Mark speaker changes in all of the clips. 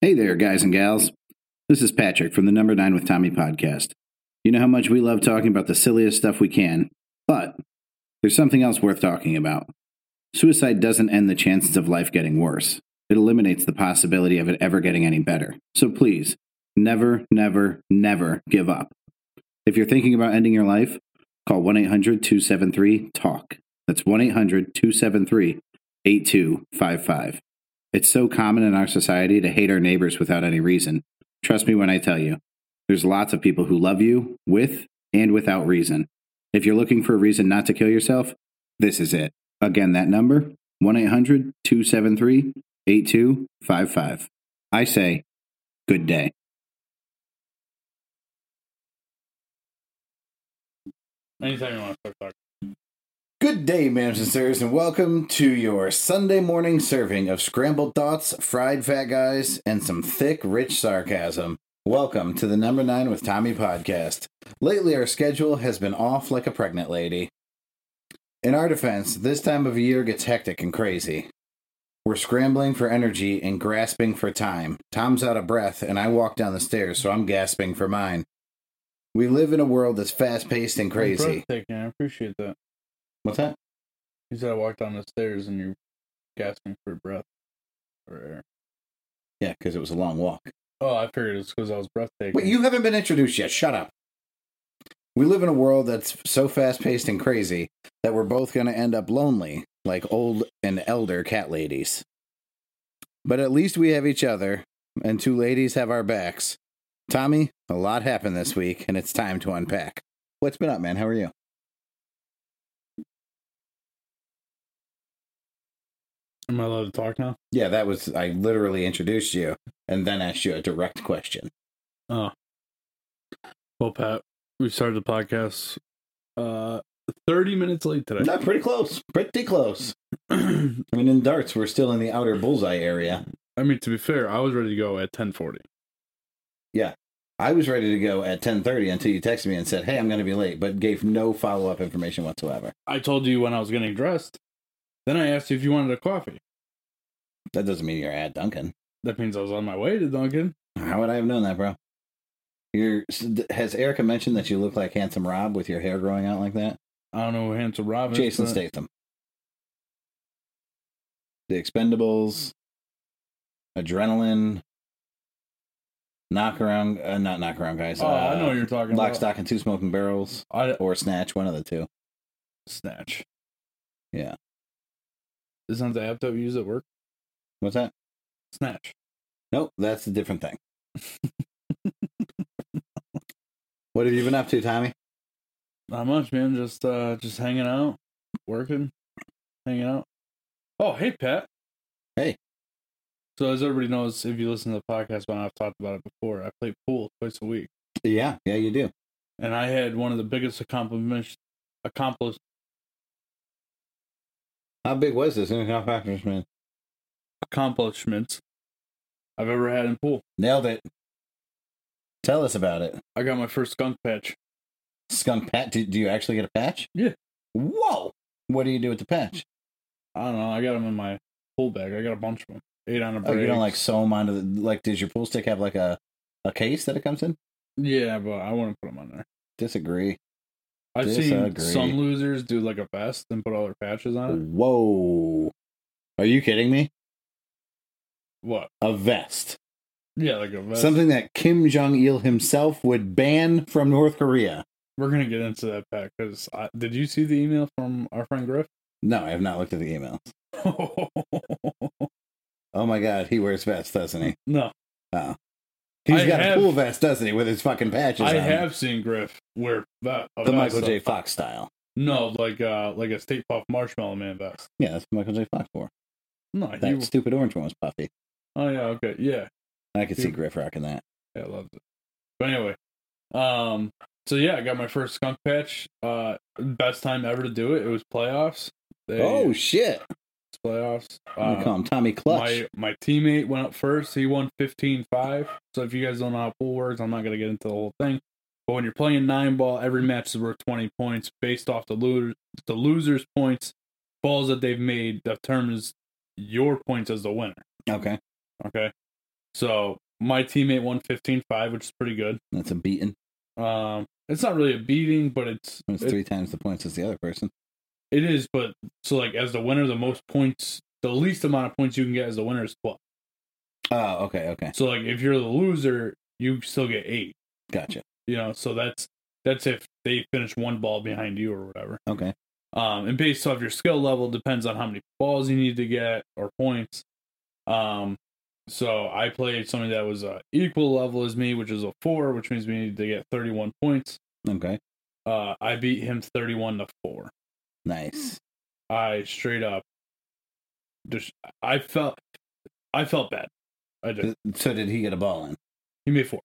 Speaker 1: Hey there, guys and gals. This is Patrick from the Number Nine with Tommy podcast. You know how much we love talking about the silliest stuff we can, but there's something else worth talking about. Suicide doesn't end the chances of life getting worse, it eliminates the possibility of it ever getting any better. So please, never, never, never give up. If you're thinking about ending your life, call 1 800 273 TALK. That's 1 800 273 8255. It's so common in our society to hate our neighbors without any reason. Trust me when I tell you, there's lots of people who love you with and without reason. If you're looking for a reason not to kill yourself, this is it. Again, that number 1 800 273 8255. I say, good day.
Speaker 2: Anytime you want to start talking.
Speaker 1: Good day, ma'ams and sirs, and welcome to your Sunday morning serving of scrambled thoughts, fried fat guys, and some thick, rich sarcasm. Welcome to the Number Nine with Tommy podcast. Lately, our schedule has been off like a pregnant lady. In our defense, this time of year gets hectic and crazy. We're scrambling for energy and grasping for time. Tom's out of breath, and I walk down the stairs, so I'm gasping for mine. We live in a world that's fast paced and crazy.
Speaker 2: Breathtaking. I appreciate that.
Speaker 1: What's that?
Speaker 2: You said I walked down the stairs and you're gasping for breath or air.
Speaker 1: Yeah, because it was a long walk.
Speaker 2: Oh, I figured it's because I was breathtaking.
Speaker 1: Wait, you haven't been introduced yet. Shut up. We live in a world that's so fast paced and crazy that we're both going to end up lonely, like old and elder cat ladies. But at least we have each other, and two ladies have our backs. Tommy, a lot happened this week, and it's time to unpack. What's been up, man? How are you?
Speaker 2: Am I allowed to talk now?
Speaker 1: Yeah, that was, I literally introduced you and then asked you a direct question.
Speaker 2: Oh. Well, Pat, we started the podcast uh 30 minutes late today.
Speaker 1: Not pretty close. Pretty close. I mean, in darts, we're still in the outer bullseye area.
Speaker 2: I mean, to be fair, I was ready to go at 10:40.
Speaker 1: I was ready to go at 10:30 until you texted me and said, "Hey, I'm going to be late," but gave no follow-up information whatsoever.
Speaker 2: I told you when I was getting dressed. Then I asked you if you wanted a coffee.
Speaker 1: That doesn't mean you're at Duncan.
Speaker 2: That means I was on my way to Dunkin'.
Speaker 1: How would I have known that, bro? You're, has Erica mentioned that you look like Handsome Rob with your hair growing out like that?
Speaker 2: I don't know who Handsome Robin. is,
Speaker 1: Jason
Speaker 2: but-
Speaker 1: Statham. The Expendables, Adrenaline, Knock Around, uh, not Knock Around Guys.
Speaker 2: Oh, I know
Speaker 1: uh,
Speaker 2: what you're talking
Speaker 1: Lock,
Speaker 2: about.
Speaker 1: Stock, and Two Smoking Barrels,
Speaker 2: I
Speaker 1: or Snatch, one of the two.
Speaker 2: snatch.
Speaker 1: Yeah.
Speaker 2: Isn't that the app that we use at work?
Speaker 1: What's that?
Speaker 2: Snatch.
Speaker 1: Nope, that's a different thing. what have you been up to, Tommy?
Speaker 2: Not much, man. Just uh just hanging out, working, hanging out. Oh, hey Pat.
Speaker 1: Hey.
Speaker 2: So as everybody knows, if you listen to the podcast, when I've talked about it before, I play pool twice a week,
Speaker 1: Yeah, yeah, you do.
Speaker 2: and I had one of the biggest accomplishments. Accomplish.
Speaker 1: How big was this Intercom Factors, man?
Speaker 2: accomplishments I've ever had in pool.
Speaker 1: Nailed it. Tell us about it.
Speaker 2: I got my first skunk patch.
Speaker 1: Skunk patch. Do, do you actually get a patch?
Speaker 2: Yeah.
Speaker 1: Whoa. What do you do with the patch?
Speaker 2: I don't know. I got them in my pool bag. I got a bunch of them. Eight on a
Speaker 1: Oh,
Speaker 2: break.
Speaker 1: you don't like sew them onto the. Like, does your pool stick have like a, a case that it comes in?
Speaker 2: Yeah, but I wouldn't put them on there.
Speaker 1: Disagree.
Speaker 2: I've
Speaker 1: Disagree.
Speaker 2: seen some losers do like a vest and put all their patches on it.
Speaker 1: Whoa. Are you kidding me?
Speaker 2: What?
Speaker 1: A vest.
Speaker 2: Yeah, like a vest.
Speaker 1: Something that Kim Jong il himself would ban from North Korea.
Speaker 2: We're gonna get into that pack because did you see the email from our friend Griff?
Speaker 1: No, I have not looked at the email. Oh my god, he wears vests, doesn't he?
Speaker 2: no,
Speaker 1: He's
Speaker 2: I
Speaker 1: got
Speaker 2: have-
Speaker 1: a pool vest, doesn't he, with his fucking patches
Speaker 2: I
Speaker 1: on.
Speaker 2: have seen Griff wear that. a
Speaker 1: the
Speaker 2: vest,
Speaker 1: Michael
Speaker 2: though.
Speaker 1: J. Fox style.
Speaker 2: No, like uh, like a State Puff Marshmallow Man vest.
Speaker 1: Yeah, that's what Michael J. Fox for.
Speaker 2: No,
Speaker 1: That
Speaker 2: he.
Speaker 1: stupid orange one was puffy.
Speaker 2: Oh yeah, okay, yeah,
Speaker 1: I could see
Speaker 2: Yeah.
Speaker 1: Griff rocking that.
Speaker 2: yeah, I loved it. But anyway, um, so yeah, I got my first skunk patch. Uh, best time ever to do it. It was playoffs. They,
Speaker 1: Oh shit!
Speaker 2: it's playoffs.
Speaker 1: I'm
Speaker 2: Uh,
Speaker 1: gonna call him Tommy Clutch.
Speaker 2: My my teammate went up first. He won 15-5. So if you guys don't know how pool works, I'm not gonna get into the whole thing. But when you're playing nine ball, every match is worth twenty points based off the loser the loser's points, balls that they've made determines your points as the winner.
Speaker 1: Okay.
Speaker 2: Okay. So my teammate won 15-5, which is pretty good.
Speaker 1: That's a beating.
Speaker 2: Um, it's not really a beating, but it's
Speaker 1: That's
Speaker 2: it,
Speaker 1: three times the points as the other person.
Speaker 2: it is. But so like as the winner, the most points, the least amount of points you can get as the winner is twelve.
Speaker 1: Oh, okay, okay.
Speaker 2: So like if you're the loser, you still get eight.
Speaker 1: Gotcha.
Speaker 2: You know, so that's that's if they finish one ball behind you or whatever.
Speaker 1: Okay.
Speaker 2: Um, and based off your skill level, depends on how many balls you need to get or points. Um, so I played something that was uh, equal level as me, which is a four, which means we needed to get 31 points.
Speaker 1: Okay.
Speaker 2: Uh, I beat him 31 to four.
Speaker 1: Nice.
Speaker 2: I straight up just I felt I felt bad. I did.
Speaker 1: So did he get a ball in?
Speaker 2: He made four.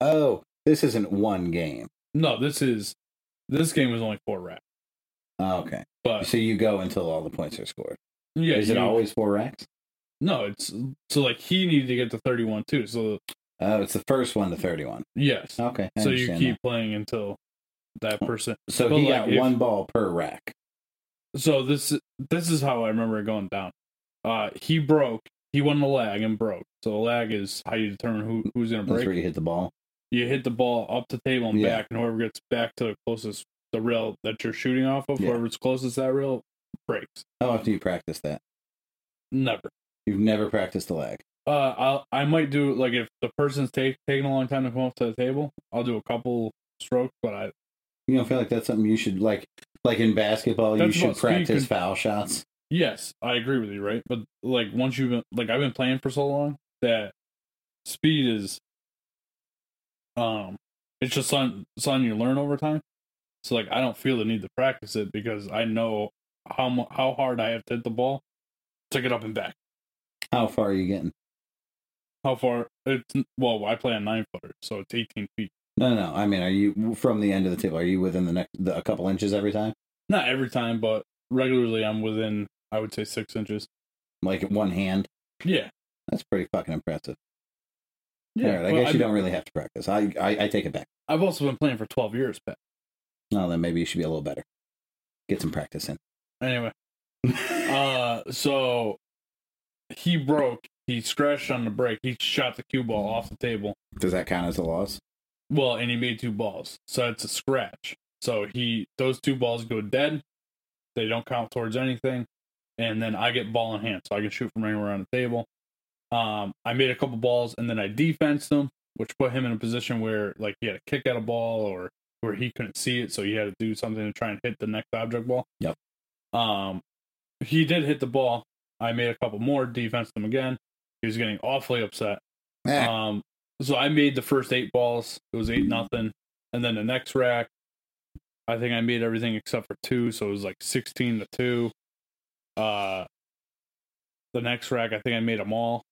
Speaker 1: Oh, this isn't one game.
Speaker 2: No, this is this game was only four racks,
Speaker 1: Oh, okay.
Speaker 2: but
Speaker 1: So you go until all the points are scored.
Speaker 2: Uh, yeah,
Speaker 1: Is it
Speaker 2: you-
Speaker 1: always four racks?
Speaker 2: no, it's so like he needed to get to 31 too. So
Speaker 1: Oh, it's the first one to thirty-one.
Speaker 2: yes,
Speaker 1: Okay. I
Speaker 2: so you
Speaker 1: understand Oh.
Speaker 2: keep playing until that person.
Speaker 1: that. So
Speaker 2: but
Speaker 1: he
Speaker 2: like
Speaker 1: got
Speaker 2: if-
Speaker 1: one ball per rack.
Speaker 2: So this this is how I remember it going down. Uh, he broke. He won the lag and broke. So the lag is how you determine who who's gonna
Speaker 1: That's
Speaker 2: break.
Speaker 1: where you hit the ball.
Speaker 2: you hit the ball up the table and
Speaker 1: Yeah.
Speaker 2: back, and whoever gets back to the closest the rail that you're shooting off of,
Speaker 1: Yeah.
Speaker 2: whoever's closest to that rail breaks.
Speaker 1: How often do you practice that?
Speaker 2: Never.
Speaker 1: You've never practiced the lag.
Speaker 2: Uh, I'll I might do like if the person's take, taking a long time to come up to the table, I'll do a couple strokes, but I
Speaker 1: You don't feel like that's something you should like, like in basketball,
Speaker 2: That's
Speaker 1: you
Speaker 2: about
Speaker 1: should
Speaker 2: speed
Speaker 1: practice
Speaker 2: con-
Speaker 1: foul shots.
Speaker 2: yes, I agree with you, right? But like once you've been like I've been playing for so long that speed is um it's just something something you learn over time. So like I don't feel the need to practice it because I know how mu- how hard I have to hit the ball to get up and back.
Speaker 1: How far are you getting?
Speaker 2: How far it's well, I play a nine footer, so it's eighteen feet.
Speaker 1: No, no. I mean, are you from the end of the table? Are you within the next the, a couple inches every time?
Speaker 2: Not every time, but regularly I'm within I would say six inches.
Speaker 1: Like at one hand?
Speaker 2: Yeah.
Speaker 1: That's pretty fucking impressive.
Speaker 2: Yeah.
Speaker 1: All right, I
Speaker 2: well,
Speaker 1: guess you
Speaker 2: I've-
Speaker 1: don't really have to practice. I, I I take it back.
Speaker 2: I've also been playing for twelve years, Pat.
Speaker 1: No, then maybe you should be a little better. Get some practice in.
Speaker 2: Anyway. uh so he broke he scratched on the break he shot the cue ball off the table
Speaker 1: Does that count as a loss?
Speaker 2: well and he made two balls so it's a scratch so he those two balls go dead they don't count towards anything and then i get ball in hand so i can shoot from anywhere on the table um i made a couple balls and then i defensed him which put him in a position where like he had a kick at a ball or where he couldn't see it so he had to do something to try and hit the next object ball
Speaker 1: Yep.
Speaker 2: um he did hit the ball i made a couple more defensed him again he was getting awfully upset
Speaker 1: Eh,
Speaker 2: um, so I made the first eight balls. It was eight nothing, and then the next rack, I think I made everything except for two. So it was like sixteen to two. Uh, the next rack, I think I made them all.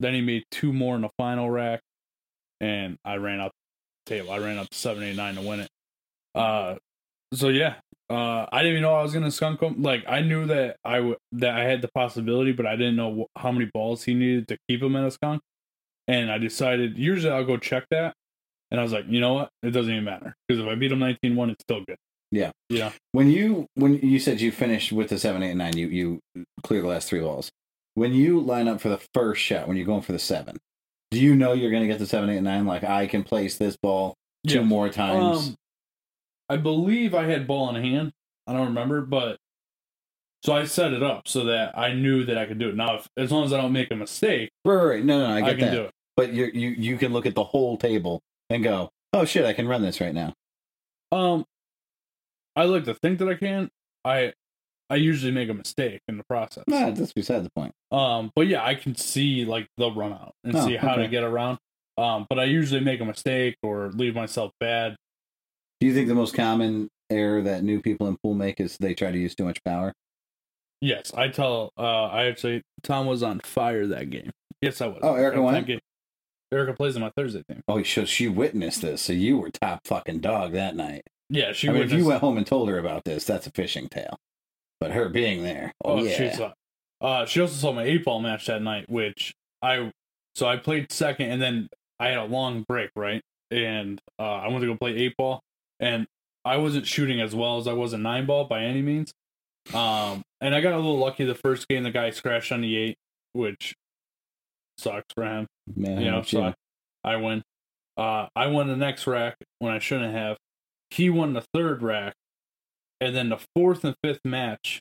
Speaker 2: Then he made two more in the final rack, and I ran up the table. I ran up to seven eight nine to win it. Uh, so yeah. Uh, I didn't even know I was gonna skunk him. Like I knew that I w- that I had the possibility, but I didn't know wh- how many balls he needed to keep him in a skunk and I decided usually I'll go check that. And I was like, you know what? It doesn't even matter because if I beat him 19-1, it's still good.
Speaker 1: when you when you said you finished with the seven, eight, and nine, you you clear the last three balls. When you line up for the first shot, when you're going for the seven, do you know you're going to get the seven, eight, and nine? Like I can place this ball two more times.
Speaker 2: Um, I believe I had ball in hand. I don't remember, but so I set it up so that I knew that I could do it. Now, if, as long as I don't make a mistake,
Speaker 1: right, right, right. No, no, no, I
Speaker 2: I,
Speaker 1: get
Speaker 2: can
Speaker 1: that.
Speaker 2: do it.
Speaker 1: But you you you can look at the whole table and go, oh shit, I can run this right now.
Speaker 2: Um, I like to think that I can. I I usually make a mistake in the process.
Speaker 1: Nah, that's beside the point.
Speaker 2: Um, but yeah, I can see like the run out and
Speaker 1: Oh,
Speaker 2: see how to
Speaker 1: okay.
Speaker 2: get around. Um, but I usually make a mistake or leave myself bad.
Speaker 1: Do you think the most common error that new people in pool make is they try to use too much power?
Speaker 2: Yes, I tell. Uh, I actually Tom was on fire that game. Yes, I was.
Speaker 1: Oh, Erica
Speaker 2: At
Speaker 1: won?
Speaker 2: that game. Erica plays in my Thursday team.
Speaker 1: Oh, so she witnessed this, so you were top fucking dog that night.
Speaker 2: Yeah, she
Speaker 1: I mean,
Speaker 2: witnessed.
Speaker 1: if you went home and told her about this, that's a fishing tale. But her being there, oh,
Speaker 2: oh,
Speaker 1: yeah,
Speaker 2: she saw. Uh, she also saw my eight ball match that night, which I so I played second, and then I had a long break, right? And uh, I went to go play eight ball, and I wasn't shooting as well as I was in nine ball by any means. Um, and I got a little lucky the first game. The guy scratched on the eight, which sucks for him.
Speaker 1: Man,
Speaker 2: you know, so
Speaker 1: yeah.
Speaker 2: I, I win. Uh, I won the next rack when I shouldn't have. He won the third rack, and then the fourth and fifth match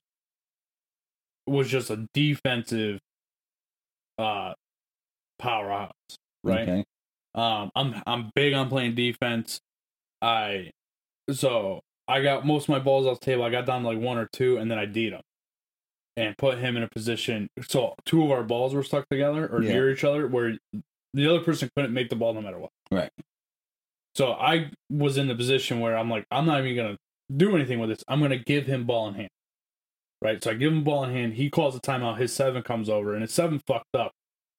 Speaker 2: was just a defensive uh, powerhouse, right?
Speaker 1: Okay.
Speaker 2: Um, I'm I'm big on playing defense. I so I got most of my balls off the table. I got down to like one or two, and then I D'd him and put him in a position. So two of our balls were stuck together or
Speaker 1: Yeah.
Speaker 2: near each other, where the other person couldn't make the ball no matter what.
Speaker 1: Right.
Speaker 2: So I was in the position where I'm like, I'm not even gonna do anything with this. I'm gonna give him ball in hand. Right. So I give him ball in hand. He calls a timeout. His seven comes over, and his seven fucked up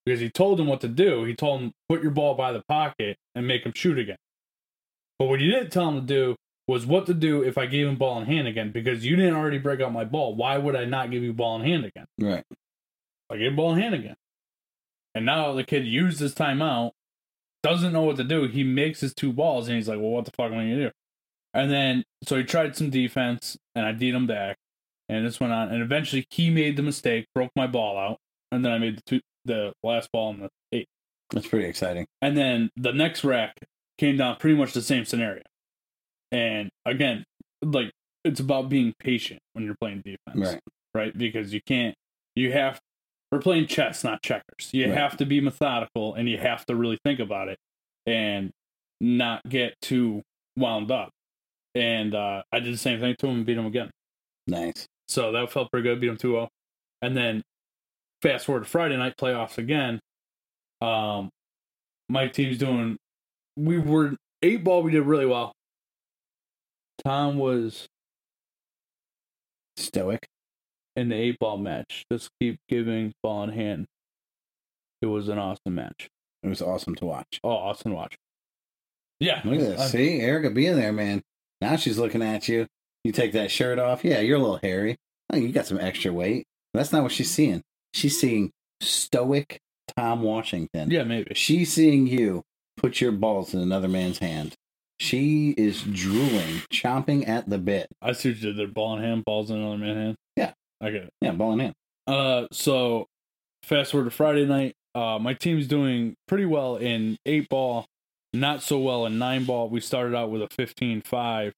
Speaker 2: because he told him what to do. He told him put your ball by the pocket and make him shoot again. But what you didn't tell him to do was what to do if I gave him ball in hand again because you didn't already break out my ball. Why would I not give you ball in hand again?
Speaker 1: Right.
Speaker 2: I gave ball in hand again. And now the kid used his timeout, doesn't know what to do. He makes his two balls and he's like, well, what the fuck am I going to do? And then, so he tried some defense and I beat him back. And this went on. And eventually he made the mistake, broke my ball out. And then I made the, two, the last ball in the eight.
Speaker 1: That's pretty exciting.
Speaker 2: And then the next rack came down pretty much the same scenario. And again, like it's about being patient when you're playing defense,
Speaker 1: Right.
Speaker 2: right? Because you can't, you have, we're playing chess, not checkers. You
Speaker 1: Right.
Speaker 2: have to be methodical and you have to really think about it and not get too wound up. And uh, I did the same thing to him and beat him again.
Speaker 1: Nice.
Speaker 2: So that felt pretty good. Beat them 2 0. And then fast forward to Friday night playoffs again. Um, my team's doing, we were eight ball, we did really well. Tom was
Speaker 1: Stoic.
Speaker 2: in the eight ball match. Just keep giving ball in hand. It was an awesome match.
Speaker 1: It was awesome to watch.
Speaker 2: Oh, awesome watch. Yeah.
Speaker 1: Look at this.
Speaker 2: I-
Speaker 1: See, Erica being there, man. Now she's looking at you. You take that shirt off. Yeah, you're a little hairy. Oh, you got some extra weight. That's not what she's seeing. She's seeing stoic Tom Washington.
Speaker 2: yeah, maybe.
Speaker 1: She's seeing you put your balls in another man's hand. She is drooling, chomping at the bit.
Speaker 2: I see what you did there. Ball in hand, balls in another man hand.
Speaker 1: Yeah.
Speaker 2: I get it.
Speaker 1: Yeah, ball in hand.
Speaker 2: Uh, so fast forward to Friday night. Uh, my team's doing pretty well in eight ball, not so well in nine ball. We started out with a 15-5,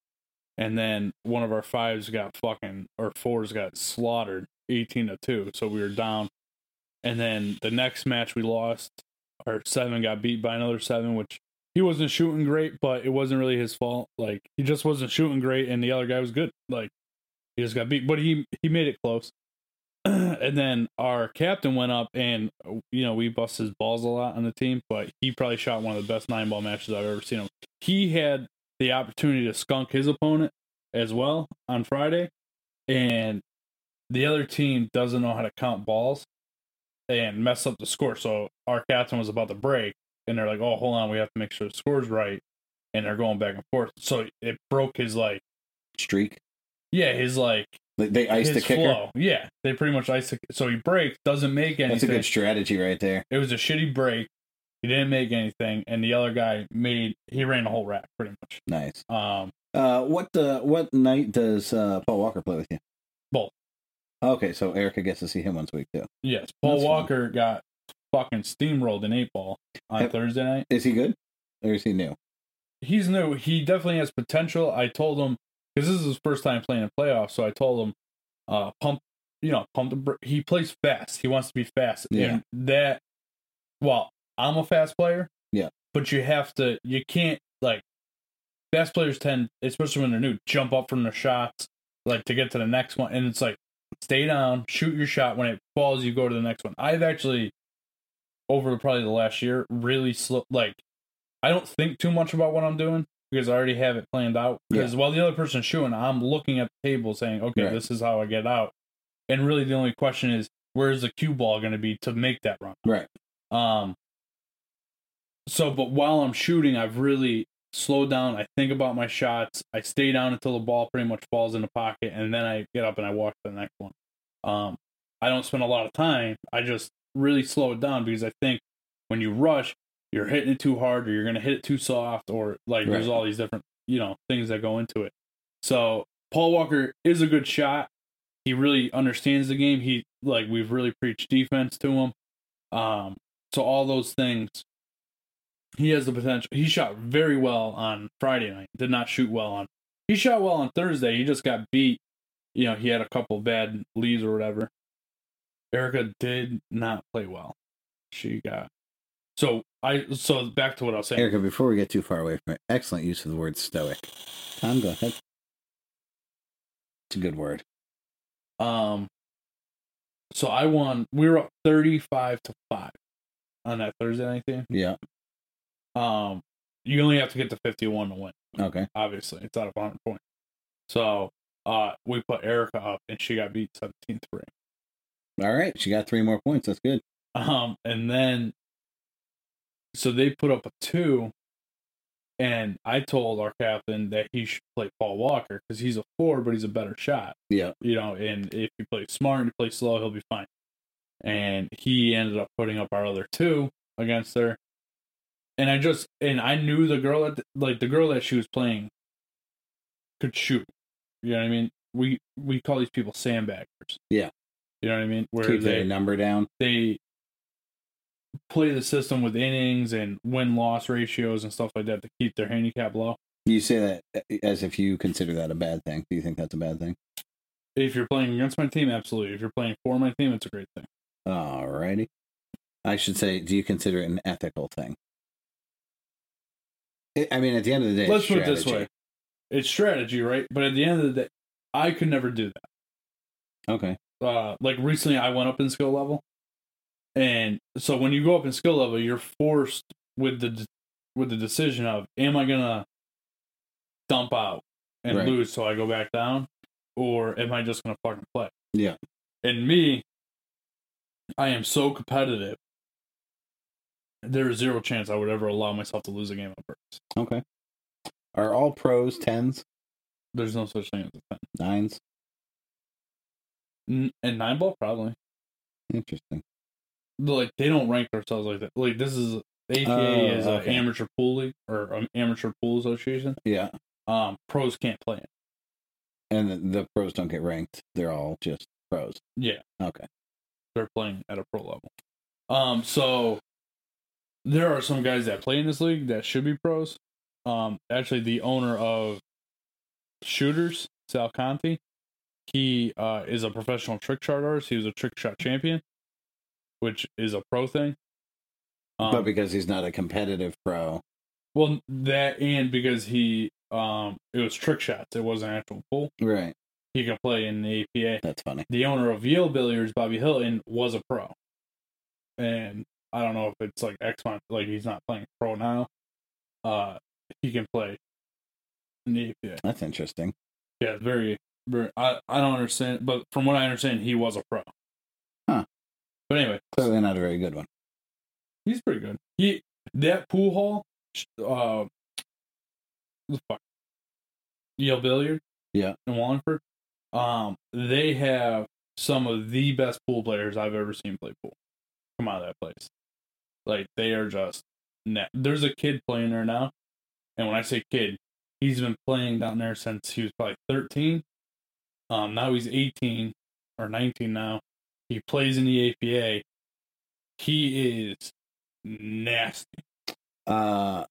Speaker 2: and then one of our fives got fucking or fours got slaughtered, eighteen to two. So we were down, and then the next match we lost. Our seven got beat by another seven, which he wasn't shooting great, but it wasn't really his fault. Like he just wasn't shooting great, and the other guy was good. Like he just got beat, but he he made it close and then our captain went up and you know we bust his balls a lot on the team but he probably shot one of the best nine ball matches i've ever seen him he had the opportunity to skunk his opponent as well on friday and the other team doesn't know how to count balls and mess up the score so our captain was about to break and they're like oh hold on we have to make sure the score's right and they're going back and forth so it broke his like
Speaker 1: Streak.
Speaker 2: yeah his like
Speaker 1: They- They iced the
Speaker 2: his
Speaker 1: kicker.
Speaker 2: flow. Yeah, they pretty much ice. The, so he breaks, doesn't make
Speaker 1: That's a
Speaker 2: anything.
Speaker 1: good strategy right there.
Speaker 2: it was a shitty break. He didn't make anything, and the other guy made. He ran the whole rack pretty much.
Speaker 1: Nice.
Speaker 2: Um,
Speaker 1: Uh, what uh, what night does uh, Paul Walker play with you?
Speaker 2: Both.
Speaker 1: Okay, so Erica gets to see him once a week too.
Speaker 2: yes, Paul
Speaker 1: That's fine.
Speaker 2: Walker got fucking steamrolled in eight ball on
Speaker 1: Yep.
Speaker 2: Thursday night.
Speaker 1: Is he good or is he new?
Speaker 2: he's new. He definitely has potential. I told him because this is his first time playing in playoffs, so I told him, uh, pump, you know, pump the. Br- he plays fast. He wants to be fast.
Speaker 1: Yeah.
Speaker 2: And that, well, I'm a fast player.
Speaker 1: Yeah.
Speaker 2: But you have to. You can't like. Fast players tend, especially when they're new, jump up from their shots like to get to the next one, and it's like stay down, shoot your shot. When it falls, you go to the next one. I've actually over probably the last year really slow like I don't think too much about what I'm doing because I already have it planned out. Because while the other person's shooting, I'm looking at the table saying, okay,
Speaker 1: Right.
Speaker 2: this is how I get out. And really, the only question is, where is the cue ball going to be to make that run?
Speaker 1: Right.
Speaker 2: Um. So, but while I'm shooting, I've really slowed down. I think about my shots. I stay down until the ball pretty much falls in the pocket, and then I get up and I walk to the next one. Um, I don't spend a lot of time. I just really slow it down because I think when you rush, you're hitting it too hard, or you're going to hit it too soft, or like there's
Speaker 1: Right.
Speaker 2: all these different you know things that go into it. So Paul Walker is a good shot. He really understands the game. He like we've really preached defense to him. Um, So all those things, he has the potential. He shot very well on Friday night. Did not shoot well on. He shot well on Thursday. He just got beat. You know, he had a couple bad leads or whatever. Erica did not play well. She got. So I so back to what I was saying.
Speaker 1: Erica, before we get too far away from it, excellent use of the word stoic. Tom, go ahead. It's a good word.
Speaker 2: Um, so I won. We were up thirty-five to five on that Thursday night game.
Speaker 1: Yeah.
Speaker 2: Um, you only have to get to fifty-one to win.
Speaker 1: Okay.
Speaker 2: Obviously, it's out of hundred points. So, uh, we put Erica up, and she got beat 17-3.
Speaker 1: All right. She got three more points. That's good.
Speaker 2: Um, and then, so they put up a two, and I told our captain that he should play Paul Walker because he's a four, but he's a better shot.
Speaker 1: Yeah.
Speaker 2: you know, and if you play smart and you play slow, he'll be fine. And he ended up putting up our other two against her. And I just and I knew the girl that like the girl that she was playing could shoot. You know what I mean? We we call these people sandbaggers.
Speaker 1: Yeah.
Speaker 2: You know what I mean? Where
Speaker 1: Keep
Speaker 2: they
Speaker 1: their number down.
Speaker 2: they play the system with innings and win loss ratios and stuff like that to keep their handicap low.
Speaker 1: You say that as if you consider that a bad thing. Do you think that's a bad thing?
Speaker 2: If you're playing against my team, absolutely. If you're playing for my team, it's a great thing.
Speaker 1: All righty. I should say, do you consider it an ethical thing? I- I mean, at the end of the day, it's
Speaker 2: let's put it this way
Speaker 1: strategy.
Speaker 2: it's strategy right but at the end of the day i could never do
Speaker 1: Okay.
Speaker 2: that uh like recently i went up in skill level and so when you go up in skill level you're forced with the with the decision of am i gonna dump out and
Speaker 1: Right.
Speaker 2: lose so i go back down or am i just gonna fucking play
Speaker 1: Yeah.
Speaker 2: and me i am so competitive there is zero chance i would ever allow myself to lose a game on purpose
Speaker 1: Okay. Are all pros tens,
Speaker 2: there's no such thing as a thing
Speaker 1: nines?
Speaker 2: N- and nine ball probably
Speaker 1: Interesting.
Speaker 2: like they don't rank themselves like that. Like this is APA
Speaker 1: Oh,
Speaker 2: is
Speaker 1: okay.
Speaker 2: an amateur pool league or an amateur pool association.
Speaker 1: Yeah.
Speaker 2: Um, pros can't play it.
Speaker 1: And the, the pros don't get ranked. They're all just pros.
Speaker 2: Yeah,
Speaker 1: Okay.
Speaker 2: they're playing at a pro level. Um, so there are some guys that play in this league that should be pros. Um, actually, the owner of shooters, Sal Conti, he uh, is a professional trick shot artist. He was a trick shot champion, which is a pro thing. Um,
Speaker 1: but because he's not a competitive pro.
Speaker 2: Well, that and because he, um, it was trick shots. It wasn't actual pool.
Speaker 1: Right.
Speaker 2: He could play in the APA.
Speaker 1: That's funny.
Speaker 2: The owner of Yale Billiards, Bobby Hilton, was a pro, and I don't know if it's like X month, like he's not playing pro now. Uh, he can play in the APA.
Speaker 1: That's interesting.
Speaker 2: Yeah, it's very, very. I I don't understand, but from what I understand, he was a pro.
Speaker 1: Huh.
Speaker 2: But anyway,
Speaker 1: Clearly not a very good one.
Speaker 2: He's pretty good. He that pool hall, uh, the fuck, Yale Billiard,
Speaker 1: Yeah.
Speaker 2: in Wallingford, um, they have some of the best pool players I've ever seen play pool. Come out of that place, like they are just. Ne- There's a kid playing there now, and when I say kid, he's been playing down there since he was probably 13. Um, now he's 18 or 19 now. He plays in the APA. He is nasty.
Speaker 1: Uh,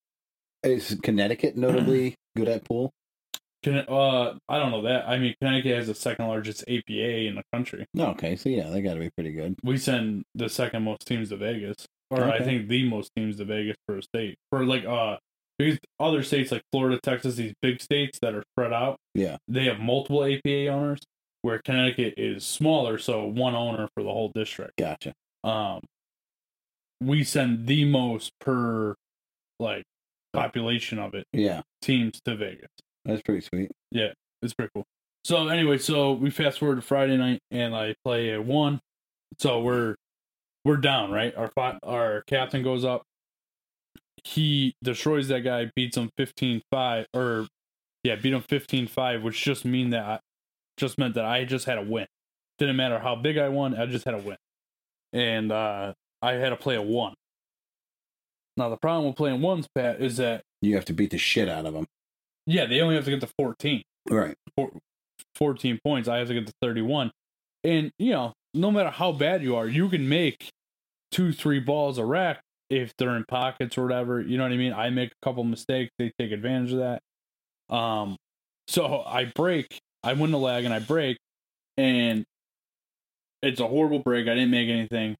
Speaker 1: is Connecticut notably good at pool?
Speaker 2: Can uh, I don't know that. I mean, Connecticut has the second largest APA in the country.
Speaker 1: No. Okay. So yeah, they got to be pretty good.
Speaker 2: We send the second most teams to Vegas, or I
Speaker 1: Okay.
Speaker 2: think the most teams to Vegas for a state. For like uh, because other states like Florida, Texas, these big states that are spread out,
Speaker 1: Yeah.
Speaker 2: they have multiple APA owners. Where Connecticut is smaller, so one owner for the whole district.
Speaker 1: Gotcha.
Speaker 2: um we send the most per like population of it
Speaker 1: Yeah.
Speaker 2: teams to Vegas.
Speaker 1: That's pretty sweet.
Speaker 2: It's pretty cool. So anyway, so we fast forward to Friday night and I play at one. So we're we're down, right? Our fi- our captain goes up. He destroys that guy, beats him 15-5 or yeah, beat him 15-5, which just mean that I, just meant that I just had a win. Didn't matter how big I won, I just had a win. And uh I had to play a one. Now the problem with playing ones, Pat, is that
Speaker 1: You have to beat the shit out of them.
Speaker 2: yeah, they only have to get to 14.
Speaker 1: Right.
Speaker 2: 14 points. I have to get to 31. And, you know, no matter how bad you are, you can make two, three balls a rack if they're in pockets or whatever. You know what I mean? I make a couple mistakes, they take advantage of that. Um, so I break, I win the lag and I break, and it's a horrible break. I didn't make anything,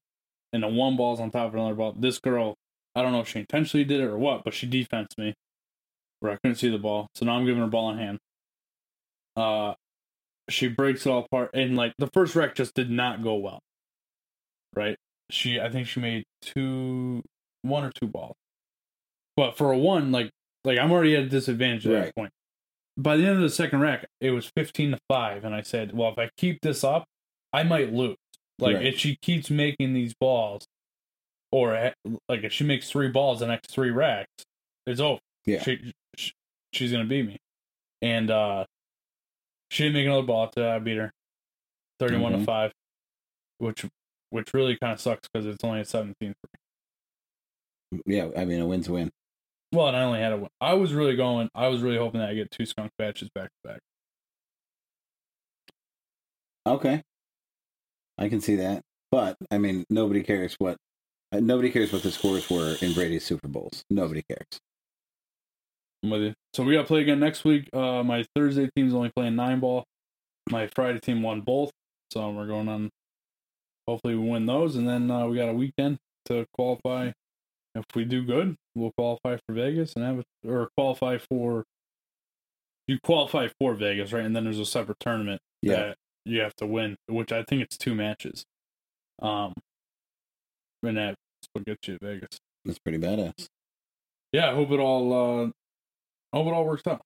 Speaker 2: and the one ball's on top of another ball. This girl, I don't know if she intentionally did it or what, but she defensed me where I couldn't see the ball. So now I'm giving her ball in hand. Uh, she breaks it all apart, and like the first wreck just did not go well. Right? She, I think she made two, one or two balls, but for a one, like, like I'm already at a disadvantage at
Speaker 1: Right.
Speaker 2: that point. By the end of the second wreck, it was fifteen to five, and I said, "Well, if I keep this up, I might lose. Like
Speaker 1: Right.
Speaker 2: if she keeps making these balls, or eh, like if she makes three balls the next three racks, it's over.
Speaker 1: Yeah.
Speaker 2: She, she she's gonna beat me. And uh she didn't make another ball after that. I beat her, thirty-one
Speaker 1: Mhm.
Speaker 2: to five, which which really kind of sucks because it's only a seventeen.
Speaker 1: Yeah, I mean, a win's a win.
Speaker 2: Well, and I only had a. win. I was really going. I was really hoping that I get two skunk batches back to back.
Speaker 1: Okay, I can see that. But I mean, nobody cares what uh, nobody cares what the scores were in Brady's Super Bowls. Nobody cares.
Speaker 2: I'm with you. So we got to play again next week. Uh, my Thursday team's only playing nine ball. My Friday team won both, so we're going on. Hopefully, we win those, and then uh, we got a weekend to qualify. If we do good, we'll qualify for Vegas and have a, or qualify for. You qualify for Vegas, right? And then there's a separate tournament
Speaker 1: Yeah,
Speaker 2: that you have to win, which I think it's two matches. Um, and that's what gets you to Vegas.
Speaker 1: that's pretty badass.
Speaker 2: Yeah, I hope it all. Uh, I hope it all works out.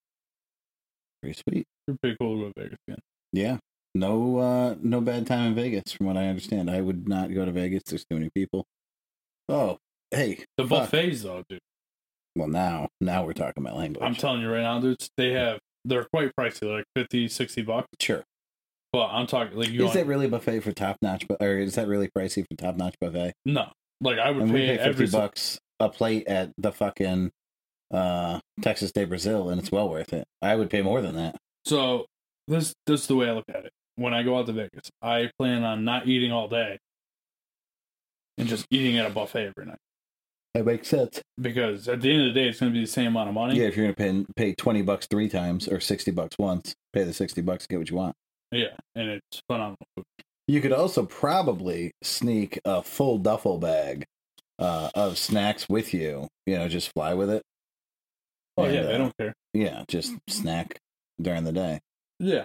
Speaker 1: Pretty sweet.
Speaker 2: It'd be cool to go to Vegas again.
Speaker 1: Yeah. No, uh, no bad time in Vegas, from what I understand. I would not go to Vegas. There's too many people. Oh, hey.
Speaker 2: The
Speaker 1: fuck.
Speaker 2: buffets, though, dude.
Speaker 1: Well, now, now we're talking about language.
Speaker 2: I'm telling you right now, dude, they have they're quite pricey, they're like 50, 60 bucks.
Speaker 1: sure.
Speaker 2: But I'm talking like you
Speaker 1: Is that
Speaker 2: want,
Speaker 1: really buffet for top notch? bu- Or is that really pricey for top notch buffet?
Speaker 2: no, like I would
Speaker 1: And we
Speaker 2: pay
Speaker 1: pay fifty
Speaker 2: every buck.
Speaker 1: bucks a plate at the fucking uh, Texas Day Brazil, and it's well worth it. I would pay more than that.
Speaker 2: So this this is the way I look at it. When I go out to Vegas, I plan on not eating all day and just eating at a buffet every night
Speaker 1: That makes sense.
Speaker 2: because at the end of the day, it's going to be the same amount of money.
Speaker 1: Yeah, if you're gonna pay pay twenty bucks three times or sixty bucks once, pay the sixty bucks to get what you want.
Speaker 2: Yeah, and it's phenomenal. Oh, food.
Speaker 1: You could also probably sneak a full duffel bag uh, of snacks with you. You know, just fly with it.
Speaker 2: Oh
Speaker 1: And,
Speaker 2: yeah,
Speaker 1: uh,
Speaker 2: they don't care.
Speaker 1: Yeah, just snack during the day.
Speaker 2: Yeah.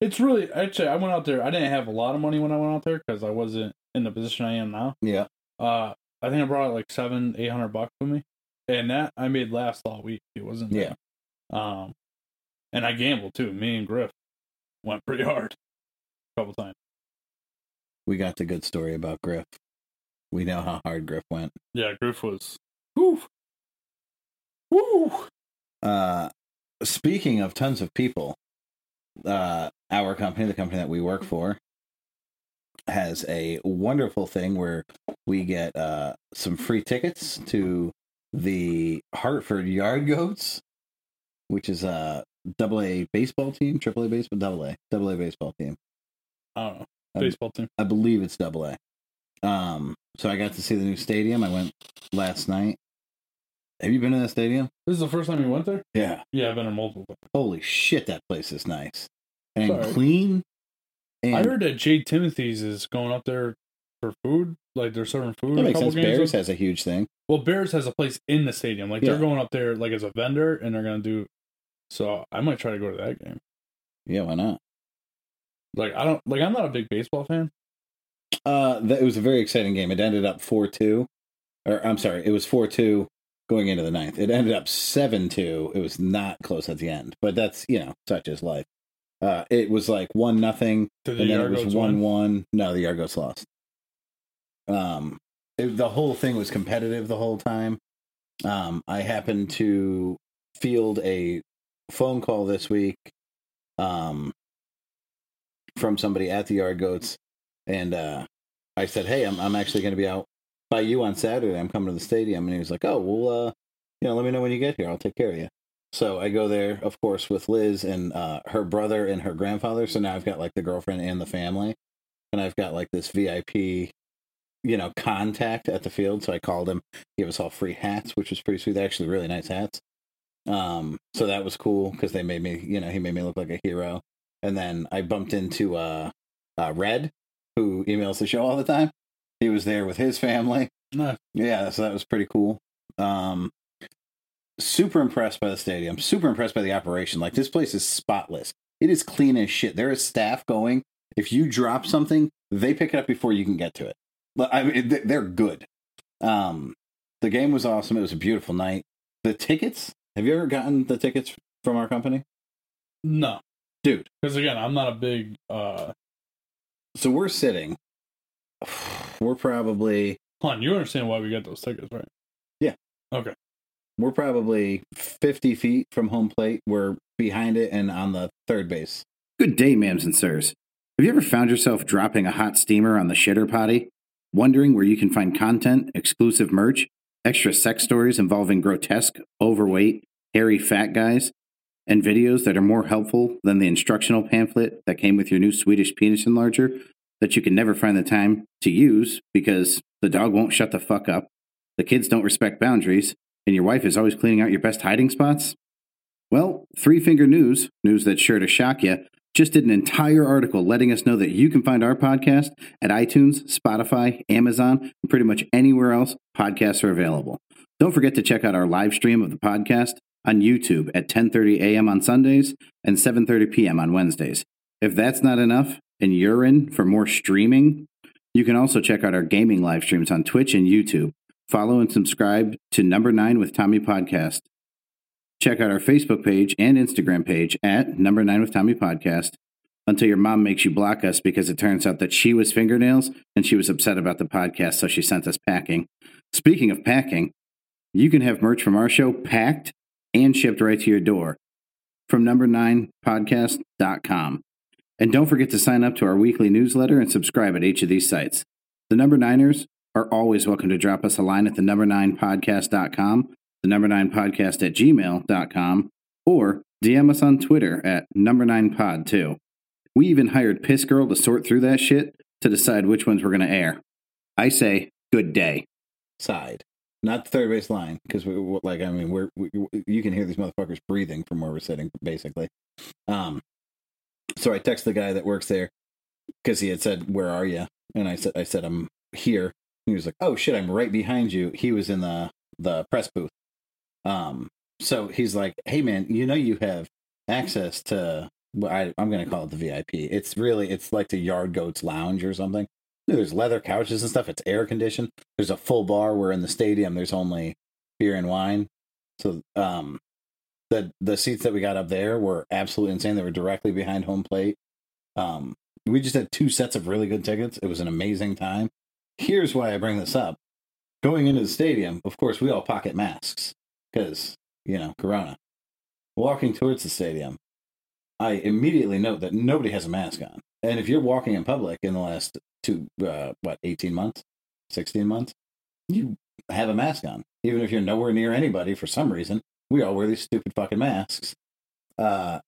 Speaker 2: It's really actually I went out there. I didn't have a lot of money when I went out there because I wasn't in the position I am now.
Speaker 1: Yeah,
Speaker 2: Uh, I think I brought like seven, eight hundred bucks with me, and that I made last all week. It wasn't
Speaker 1: Yeah.
Speaker 2: bad. Um, and I gambled too. Me and Griff went pretty hard a couple times.
Speaker 1: we got the good story about Griff. We know how hard Griff went.
Speaker 2: Yeah, Griff was. Woo. Woo.
Speaker 1: Uh, speaking of tons of people, uh, our company, the company that we work for, has a wonderful thing where we get uh, some free tickets to the Hartford Yard Goats, which is a double A baseball team, triple A baseball, double A, double A baseball team.
Speaker 2: I don't know.
Speaker 1: Um,
Speaker 2: Baseball team.
Speaker 1: I believe it's double A. Um, so I got to see the new stadium. I went last night. Have you been to that stadium?
Speaker 2: This is the first time you went there.
Speaker 1: Yeah.
Speaker 2: Yeah, I've been in multiple. times.
Speaker 1: holy shit, that place is nice and
Speaker 2: Sorry.
Speaker 1: clean. And
Speaker 2: I heard that Jade Timothy's is going up there for food. Like they're serving food.
Speaker 1: that
Speaker 2: a
Speaker 1: makes
Speaker 2: couple
Speaker 1: sense.
Speaker 2: games
Speaker 1: Bears
Speaker 2: up-
Speaker 1: has a huge thing.
Speaker 2: Well, Bears has a place in the stadium. Like
Speaker 1: Yeah.
Speaker 2: they're going up there like as a vendor, and they're gonna do. So I might try to go to that game.
Speaker 1: Yeah, why not?
Speaker 2: Like I don't like I'm not a big baseball fan.
Speaker 1: Uh, that, it was a very exciting game. It ended up four two, or I'm sorry, it was four two going into the ninth. It ended up seven two. It was not close at the end, but that's you know such is life. Uh, it was like one nothing.
Speaker 2: To the
Speaker 1: and then it
Speaker 2: Argos
Speaker 1: was one
Speaker 2: win.
Speaker 1: one. No, the Argos lost. Um, it- the whole thing was competitive the whole time. Um, I happened to field a phone call this week, um, from somebody at the Argots, and uh, I said, "Hey, I'm I'm actually going to be out by you on Saturday. I'm coming to the stadium." And he was like, "Oh, well, uh, you know, let me know when you get here. I'll take care of you." So I go there, of course, with Liz and uh, her brother and her grandfather. So now I've got like the girlfriend and the family, and I've got like this VIP you know, contact at the field. So I called him, He gave us all free hats, which was pretty sweet. They're actually really nice hats. Um, so that was cool because they made me, you know, he made me look like a hero. And then I bumped into uh, uh Red, who emails the show all the time. He was there with his family.
Speaker 2: Nice.
Speaker 1: Yeah, so that was pretty cool. Um, super impressed by the stadium. Super impressed by the operation. Like this place is spotless. It is clean as shit. There is staff going. If you drop something, they pick it up before you can get to it. But I mean, th- they're good. Um, the game was awesome. It was a beautiful night. The tickets. Have you ever gotten the tickets from our company,
Speaker 2: No,
Speaker 1: dude?
Speaker 2: because again, I'm not a big. uh
Speaker 1: So we're sitting. We're probably
Speaker 2: Hun, you understand why we got those tickets, right?
Speaker 1: we're probably 50 feet from home plate. We're behind it and on the third base.
Speaker 3: Good day, ma'ams and sirs. Have you ever found yourself dropping a hot steamer on the shitter potty? Wondering where you can find content, exclusive merch, extra sex stories involving grotesque, overweight, hairy fat guys, and videos that are more helpful than the instructional pamphlet that came with your new Swedish penis enlarger that you can never find the time to use because the dog won't shut the fuck up, the kids don't respect boundaries, and your wife is always cleaning out your best hiding spots? Well, Three Finger News, news that's sure to shock you, just did an entire article letting us know that you can find our podcast at iTunes, Spotify, Amazon, and pretty much anywhere else podcasts are available. Don't forget to check out our live stream of the podcast on YouTube at 10:30 a.m. on Sundays and 7:30 p.m. on Wednesdays. If that's not enough and you're in for more streaming, you can also check out our gaming live streams on Twitch and YouTube. Follow and subscribe to Number 9 with Tommy podcast. Check out our Facebook page and Instagram page at Number 9 with Tommy Podcast until your mom makes you block us because it turns out that she was fingernails and she was upset about the podcast, so she sent us packing. Speaking of packing, you can have merch from our show packed and shipped right to your door from number9podcast.com. And don't forget to sign up to our weekly newsletter and subscribe at each of these sites. The number niners are always welcome to drop us a line at the number nine podcast.com the number nine podcast at gmail.com or DM us on Twitter at number nine pod too. We even hired Piss Girl to sort through that shit to decide which ones we're going to air. I say, good day.
Speaker 1: side, not the third base line, because we we- like I mean we're we, we- you can hear these motherfuckers breathing from where we're sitting, basically. Um, so I text the guy that works there because he had said, "Where are you?" And I said, "I said I'm here." He was like, "Oh shit, I'm right behind you." He was in the the press booth. Um, so he's like, "Hey man, you know you have access to." Well, I, I'm going to call it the VIP. It's really, it's like the Yard Goats Lounge or something. There's leather couches and stuff. It's air conditioned there's a full bar where in the stadium there's only beer and wine so um the the seats that we got up there were absolutely insane they were directly behind home plate um we just had two sets of really good tickets it was an amazing time here's why i bring this up going into the stadium of course we all pocket masks because you know corona walking towards the stadium i immediately note that nobody has a mask on and if you're walking in public in the last two uh, what 18 months 16 months, you have a mask on. Even if you're nowhere near anybody for some reason, we all wear these stupid fucking masks. Uh,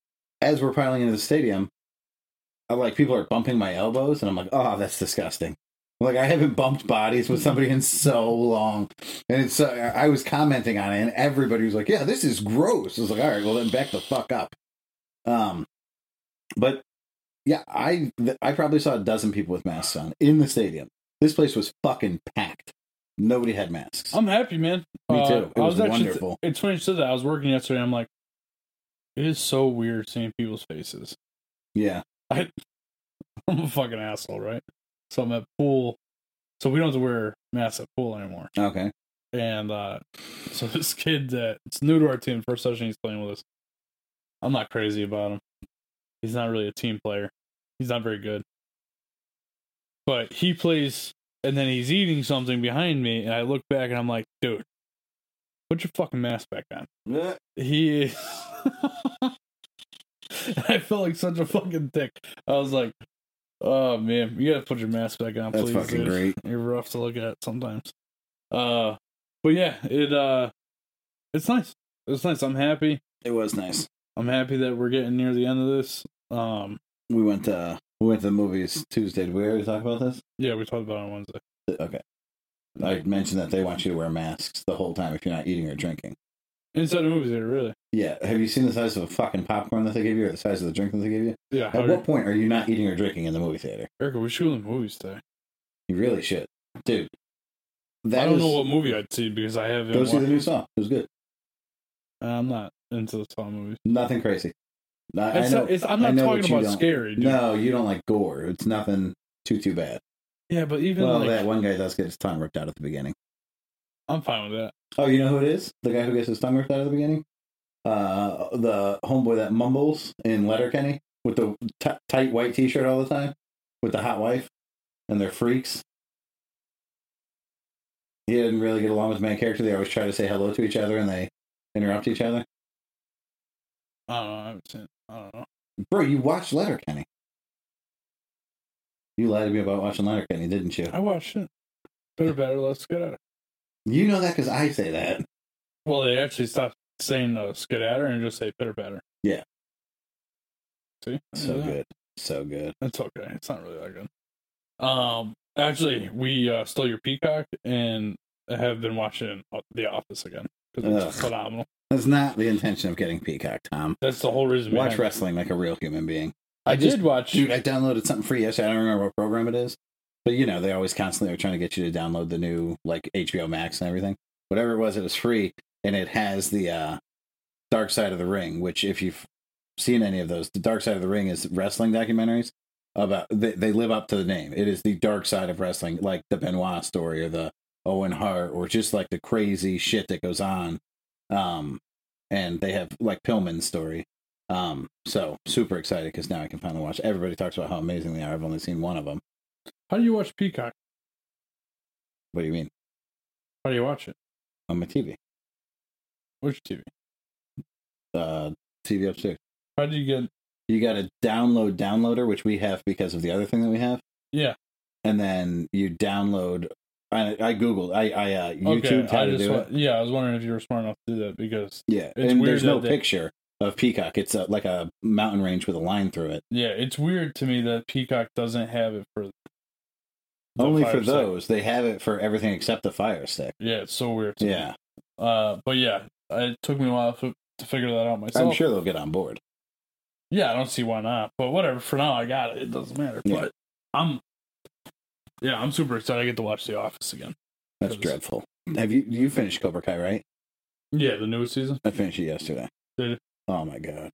Speaker 1: as we're piling into the stadium, I like people are bumping my elbows, and I'm like, oh, that's disgusting. Like I haven't bumped bodies with somebody in so long, and it's uh, I was commenting on it, and everybody was like, "Yeah, this is gross." I was like, "All right, well then back the fuck up." Um, but yeah, I th- I probably saw a dozen people with masks on in the stadium. This place was fucking packed. Nobody had masks.
Speaker 2: I'm happy, man.
Speaker 1: Me
Speaker 2: Uh,
Speaker 1: too. It
Speaker 2: I
Speaker 1: was,
Speaker 2: actually-
Speaker 1: wonderful.
Speaker 2: it's funny you said that. I was working yesterday. I'm like, it is so weird seeing people's faces.
Speaker 1: yeah,
Speaker 2: I'm a fucking asshole, right? So I'm at pool. So we don't have to wear masks at pool anymore.
Speaker 1: okay.
Speaker 2: And uh, so this kid that's new to our team, first session he's playing with us. I'm not crazy about him. He's not really a team player. He's not very good. But he plays, and then he's eating something behind me, and I look back and I'm like, dude, put your fucking mask back on. He is. I felt like such a fucking dick. I was like, oh man, you gotta put your mask back on,
Speaker 1: That's
Speaker 2: please.
Speaker 1: fucking
Speaker 2: dude."
Speaker 1: great.
Speaker 2: You're rough to look at sometimes. Uh but yeah, it uh it's nice. It's nice. I'm happy.
Speaker 1: It was nice.
Speaker 2: I'm happy that we're getting near the end of this. Um
Speaker 1: We went to we went to the movies Tuesday. Did we already talk about this?
Speaker 2: yeah, we talked about it on Wednesday.
Speaker 1: Okay. I mentioned that they want you to wear masks the whole time if you're not eating or drinking.
Speaker 2: Inside the movie theater, really.
Speaker 1: Yeah. Have you seen the size of a fucking popcorn that they give you or the size of the drink that they give you?
Speaker 2: Yeah.
Speaker 1: At what point are you not eating or drinking in the movie theater?
Speaker 2: Erica, we should go to the movies today.
Speaker 1: You really should. Dude. That
Speaker 2: I don't
Speaker 1: is-
Speaker 2: know what movie I'd see because I haven't.
Speaker 1: Go see the
Speaker 2: watched-
Speaker 1: new song. It was good.
Speaker 2: I'm not into the Saw movies.
Speaker 1: Nothing crazy. I, I
Speaker 2: It's
Speaker 1: know,
Speaker 2: not- it's- I'm
Speaker 1: I
Speaker 2: not
Speaker 1: know
Speaker 2: talking
Speaker 1: what you
Speaker 2: about
Speaker 1: don't-
Speaker 2: scary. Dude.
Speaker 1: No, you don't like gore. It's nothing too too bad.
Speaker 2: Yeah, but even
Speaker 1: Well,
Speaker 2: like,
Speaker 1: that one guy does get his tongue ripped out at the beginning.
Speaker 2: I'm fine with that.
Speaker 1: Oh, you know who it is? The guy who gets his tongue ripped out at the beginning. Uh, the homeboy that mumbles in Letterkenny with the t- tight white T-shirt all the time, with the hot wife, and they're freaks. He didn't really get along with the main character. They always try to say hello to each other and they interrupt each other.
Speaker 2: I don't know. I haven't seen. I don't know.
Speaker 1: Bro, you watched Letterkenny. You lied to me about watching Letterkenny, didn't you?
Speaker 2: I watched it. Better, better. Let's get out.
Speaker 1: You know that because I say that.
Speaker 2: Well, they actually stopped saying uh, skedatter and just say pitter patter.
Speaker 1: Yeah.
Speaker 2: See?
Speaker 1: So
Speaker 2: Yeah.
Speaker 1: good, so good.
Speaker 2: It's okay. It's not really that good. Um, actually, we uh, stole your peacock and have been watching uh, The Office again because it's
Speaker 1: Ugh.
Speaker 2: phenomenal.
Speaker 1: That's not the intention of getting Peacock, Tom.
Speaker 2: That's the whole reason.
Speaker 1: Watch
Speaker 2: behind it.
Speaker 1: wrestling like a real human being.
Speaker 2: I,
Speaker 1: I just-
Speaker 2: did watch.
Speaker 1: Dude, I downloaded something free yesterday. I don't remember what program it is, but you know they always constantly are trying to get you to download the new like HBO Max and everything. Whatever it was, it was free, and it has the uh, Dark Side of the Ring. Which, if you've seen any of those, the Dark Side of the Ring is wrestling documentaries about they, they live up to the name. It is the dark side of wrestling, like the Benoit story or the Owen Hart or just like the crazy shit that goes on. Um, and they have like Pillman's story. Um, so super excited because now I can finally watch. Everybody talks about how amazing they are. I've only seen one of them.
Speaker 2: How do you watch Peacock?
Speaker 1: What do you mean?
Speaker 2: How do you watch it?
Speaker 1: On my TV,
Speaker 2: Which TV?
Speaker 1: uh, TV upstairs.
Speaker 2: How do you get?
Speaker 1: You got a download downloader, which we have because of the other thing that we have.
Speaker 2: Yeah.
Speaker 1: And then you download. I, I googled. I I uh, YouTube
Speaker 2: okay,
Speaker 1: how
Speaker 2: I
Speaker 1: to
Speaker 2: just
Speaker 1: do
Speaker 2: wa-
Speaker 1: it.
Speaker 2: yeah, I was wondering if you were smart enough to do that because
Speaker 1: Yeah,
Speaker 2: It's
Speaker 1: and
Speaker 2: weird
Speaker 1: there's no
Speaker 2: that they-
Speaker 1: picture of Peacock. It's uh like a mountain range with a line through it.
Speaker 2: yeah, it's weird to me that Peacock doesn't have it for the
Speaker 1: Only
Speaker 2: Fire
Speaker 1: for
Speaker 2: Stick.
Speaker 1: those, they have it for everything except the Fire Stick.
Speaker 2: Yeah, it's so weird. to me.
Speaker 1: Yeah,
Speaker 2: Uh, but yeah, it took me a while to, to figure that out myself.
Speaker 1: I'm sure they'll get on board.
Speaker 2: Yeah, I don't see why not. But whatever. For now, I got it. It doesn't matter.
Speaker 1: Yeah.
Speaker 2: But I'm, yeah, I'm super excited. I get to watch The Office again.
Speaker 1: That's
Speaker 2: Cause-
Speaker 1: dreadful. Have you you finished Cobra Kai right?
Speaker 2: Yeah, the newest season.
Speaker 1: I finished it yesterday.
Speaker 2: Did it?
Speaker 1: Oh my god,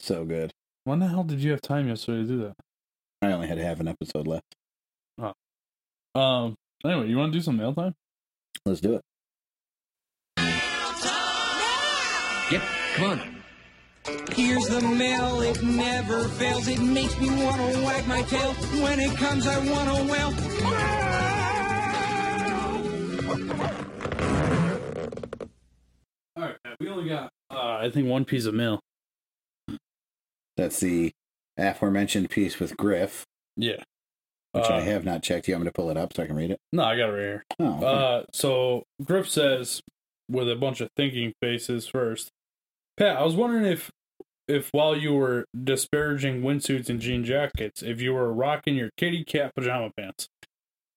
Speaker 1: so good.
Speaker 2: When the hell did you have time yesterday to do
Speaker 1: I only had half an episode left.
Speaker 2: that? Um. Anyway, you want to do some mail time?
Speaker 1: Let's do it.
Speaker 4: Yep, come on. Here's the mail, it never fails. It makes me want to wag my tail. When it comes, I want to wail.
Speaker 2: All right, we only got uh, I think one piece of mail.
Speaker 1: That's the aforementioned piece with Griff,
Speaker 2: Yeah.
Speaker 1: which I
Speaker 2: Uh,
Speaker 1: have not checked. You want me to pull it up so I can read it?
Speaker 2: No, I got it right here.
Speaker 1: Oh, okay.
Speaker 2: Uh, so Griff says with a bunch of thinking faces first. Pat, I was wondering if, if while you were disparaging windsuits and jean jackets, if you were rocking your kitty cat pajama pants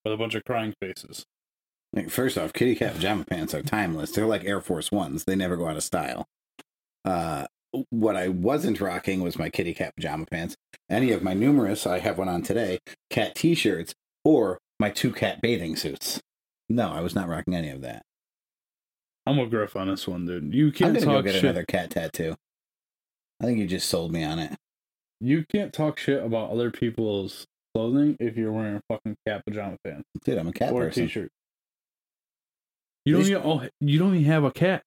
Speaker 2: with a bunch of crying faces.
Speaker 1: Like, First off, kitty cat pajama pants are timeless. They're like Air Force Ones. They never go out of style. Uh, what I wasn't rocking was my kitty cat pajama pants. Any of my numerous, I have one on today, cat t-shirts or my two cat bathing suits. No, I was not rocking any of that.
Speaker 2: I'm with Griff on this one, dude. You
Speaker 1: I'm
Speaker 2: can't
Speaker 1: gonna go
Speaker 2: talk
Speaker 1: get
Speaker 2: shit.
Speaker 1: another cat tattoo. I think you just sold me on it.
Speaker 2: You can't talk shit about other people's clothing if you're wearing a fucking cat pajama pants
Speaker 1: Dude, I'm a cat
Speaker 2: or a
Speaker 1: person.
Speaker 2: t-shirt. You don't
Speaker 1: These-
Speaker 2: even oh, you don't even have a cat.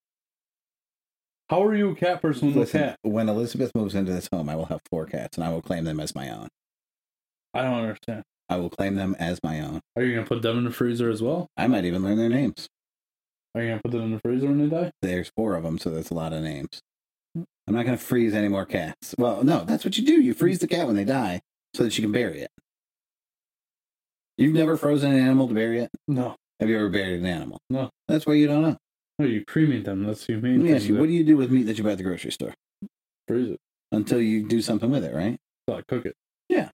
Speaker 2: How are you a cat person with a
Speaker 1: Listen,
Speaker 2: cat?
Speaker 1: when Elizabeth moves into this home, I will have four cats and I will claim them as my own.
Speaker 2: I don't understand.
Speaker 1: I will claim them as my own.
Speaker 2: Are you gonna put them in the freezer as well?
Speaker 1: I might even learn their names.
Speaker 2: Are you gonna put them in the freezer when they die?
Speaker 1: There's four of them, so that's a lot of names. I'm not going to freeze any more cats. Well, no, that's what you do. You freeze the cat when they die so that you can bury it. You've never frozen an animal to bury it?
Speaker 2: No.
Speaker 1: Have you ever buried an animal?
Speaker 2: No.
Speaker 1: That's why you don't know.
Speaker 2: No, you cremate them. That's what you
Speaker 1: Let
Speaker 2: mean.
Speaker 1: me ask you, what do you do with meat that you buy at the grocery store?
Speaker 2: freeze it?
Speaker 1: Until you do something with it, right?
Speaker 2: So I cook it.
Speaker 1: Yeah.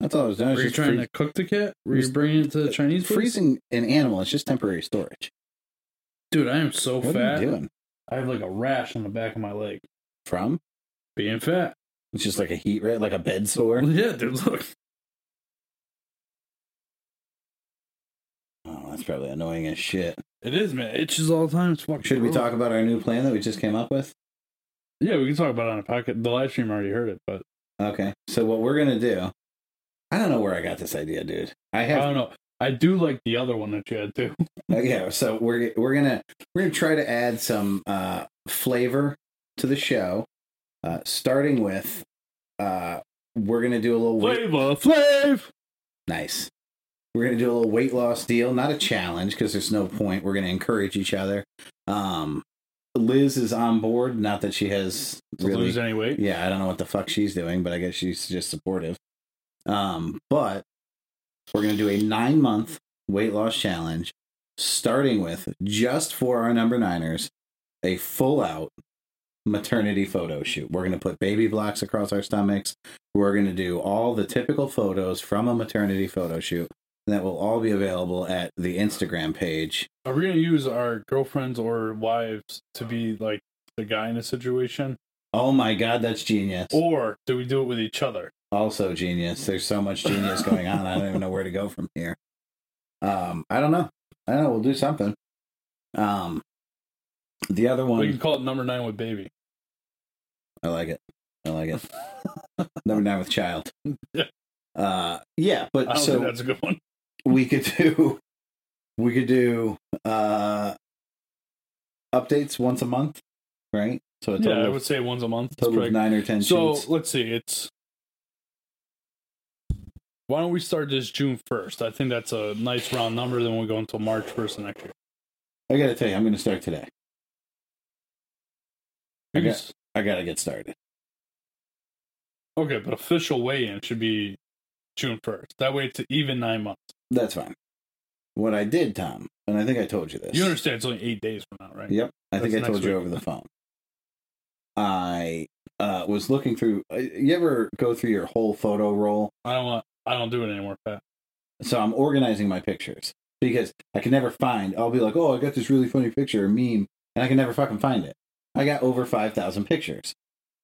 Speaker 1: That's all I was doing. I was
Speaker 2: Were you
Speaker 1: just
Speaker 2: trying
Speaker 1: freeze-
Speaker 2: to cook the cat? Were you bringing it to the Chinese place?
Speaker 1: freezing an animal. It's just temporary storage.
Speaker 2: Dude, I am so
Speaker 1: What
Speaker 2: fat.
Speaker 1: are you doing?
Speaker 2: I have like a rash on the back of my leg.
Speaker 1: From?
Speaker 2: Being fat.
Speaker 1: It's just like a heat red, like a bed sore.
Speaker 2: Yeah, dude, look.
Speaker 1: Oh, that's probably annoying as shit.
Speaker 2: It is, man. It itches all the time. It's fucking
Speaker 1: Should we
Speaker 2: gross.
Speaker 1: talk about our new plan that we just came up with?
Speaker 2: Yeah, we can talk about it on a podcast. The live stream already heard it, but
Speaker 1: Okay. So what we're gonna do? I don't know where I got this idea, dude. I
Speaker 2: I
Speaker 1: have.
Speaker 2: don't know. I do like the other one that you had too.
Speaker 1: Uh, yeah. So we're we're gonna we're gonna try to add some uh, flavor to the show, uh, starting with uh, we're gonna do a little weight-
Speaker 2: Flavor, Flav.
Speaker 1: Nice. We're gonna do a little weight loss deal, not a challenge because there's no point. We're gonna encourage each other. Um, Liz is on board. Not that she has
Speaker 2: To
Speaker 1: really
Speaker 2: lose any weight.
Speaker 1: yeah, I don't know what the fuck she's doing, but I guess she's just supportive. Um, but we're gonna do a nine month weight loss challenge, starting with just for our number niners, a full out maternity photo shoot. We're gonna put baby blocks across our stomachs. We're gonna do all the typical photos from a maternity photo shoot. and That will all be available at the Instagram page.
Speaker 2: Are we gonna use our girlfriends or wives to be like the guy in a situation,
Speaker 1: Oh my god, that's genius.
Speaker 2: or do we do it with each other?
Speaker 1: also genius. There's so much genius going on. I don't even know where to go from here. Um, I don't know. I don't know. We'll do something. Um, the other
Speaker 2: We can
Speaker 1: one,
Speaker 2: call it number nine with baby.
Speaker 1: I like it. I like it. Number nine with child.
Speaker 2: Yeah.
Speaker 1: Uh, yeah,
Speaker 2: I
Speaker 1: but
Speaker 2: don't think
Speaker 1: so
Speaker 2: that's a good one.
Speaker 1: we could do, we could do uh, updates once a month, right? So a total,
Speaker 2: Yeah, I
Speaker 1: of,
Speaker 2: would say once a month. is
Speaker 1: total of
Speaker 2: correct.
Speaker 1: nine or ten
Speaker 2: So
Speaker 1: shoots.
Speaker 2: let's see. It's why don't we start this June first? I think that's a nice round number. Then we'll go until March first next year.
Speaker 1: I gotta tell you, I'm gonna start today.
Speaker 2: We can
Speaker 1: Okay.
Speaker 2: s-
Speaker 1: I gotta get started.
Speaker 2: Okay, but official weigh-in should be June first. That way, it's an even nine months.
Speaker 1: That's fine. What I did, Tom, and I think I told you this.
Speaker 2: You understand? It's only eight days from now, right?
Speaker 1: Yep. I think I
Speaker 2: That's
Speaker 1: told
Speaker 2: next
Speaker 1: you
Speaker 2: week.
Speaker 1: over the phone. I uh, was looking through. uh, You ever go through your whole photo roll?
Speaker 2: I don't want. I don't do it anymore, Pat.
Speaker 1: So I'm organizing my pictures because I can never find. I'll be like, oh, I got this really funny picture or meme, and I can never fucking find it. I got over 5,000 pictures.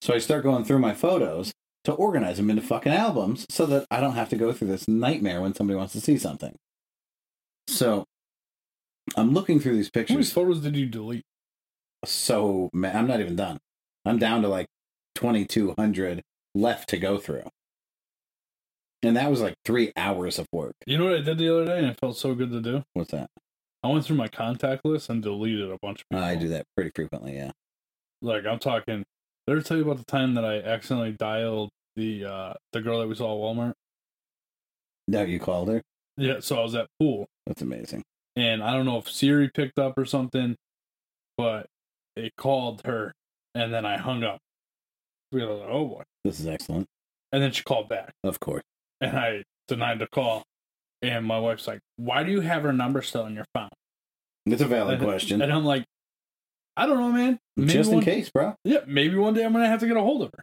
Speaker 1: So I start going through my photos to organize them into fucking albums so that I don't have to go through this nightmare when somebody wants to see something. So I'm looking through these
Speaker 2: How many
Speaker 1: pictures.
Speaker 2: photos did you delete?
Speaker 1: so ma- I'm not even done. I'm down to like 2200 left to go through. And that was like 3 hours of work.
Speaker 2: You know what I did the other day, and it felt so good to do.
Speaker 1: What's that?
Speaker 2: I went through my contact list and deleted a bunch of people.
Speaker 1: I do that pretty frequently, yeah.
Speaker 2: Like I'm talking. Did I ever tell you about the time that I accidentally dialed the uh the girl that we saw at Walmart?
Speaker 1: Now you called her.
Speaker 2: Yeah. So I was at pool,
Speaker 1: That's amazing.
Speaker 2: and I don't know if Siri picked up or something, but it called her, and then I hung up. We were like, oh boy,
Speaker 1: This is excellent.
Speaker 2: and then she called back,
Speaker 1: Of course.
Speaker 2: and I denied the call. And my wife's like, "Why do you have her number still in your phone?"
Speaker 1: It's a valid
Speaker 2: Uh,
Speaker 1: question.
Speaker 2: And I'm like, I don't know, man. Maybe
Speaker 1: Just in
Speaker 2: one-
Speaker 1: case, bro.
Speaker 2: Yeah, maybe one day I'm gonna have to get a hold of her.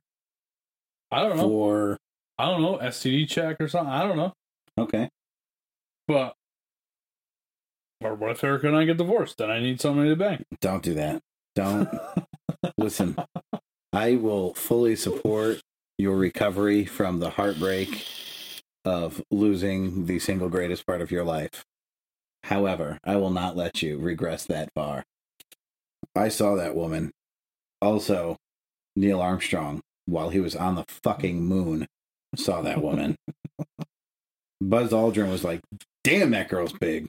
Speaker 2: I don't know.
Speaker 1: For
Speaker 2: I don't know. STD check or something. I don't know.
Speaker 1: okay.
Speaker 2: But or what if Erica and I get divorced? Then I need somebody to bang.
Speaker 1: Don't do that. Don't listen. I will fully support your recovery from the heartbreak of losing the single greatest part of your life. However, I will not let you regress that far. I saw that woman. Also, Neil Armstrong, while he was on the fucking moon, saw that woman. Buzz Aldrin was like, damn, that girl's big.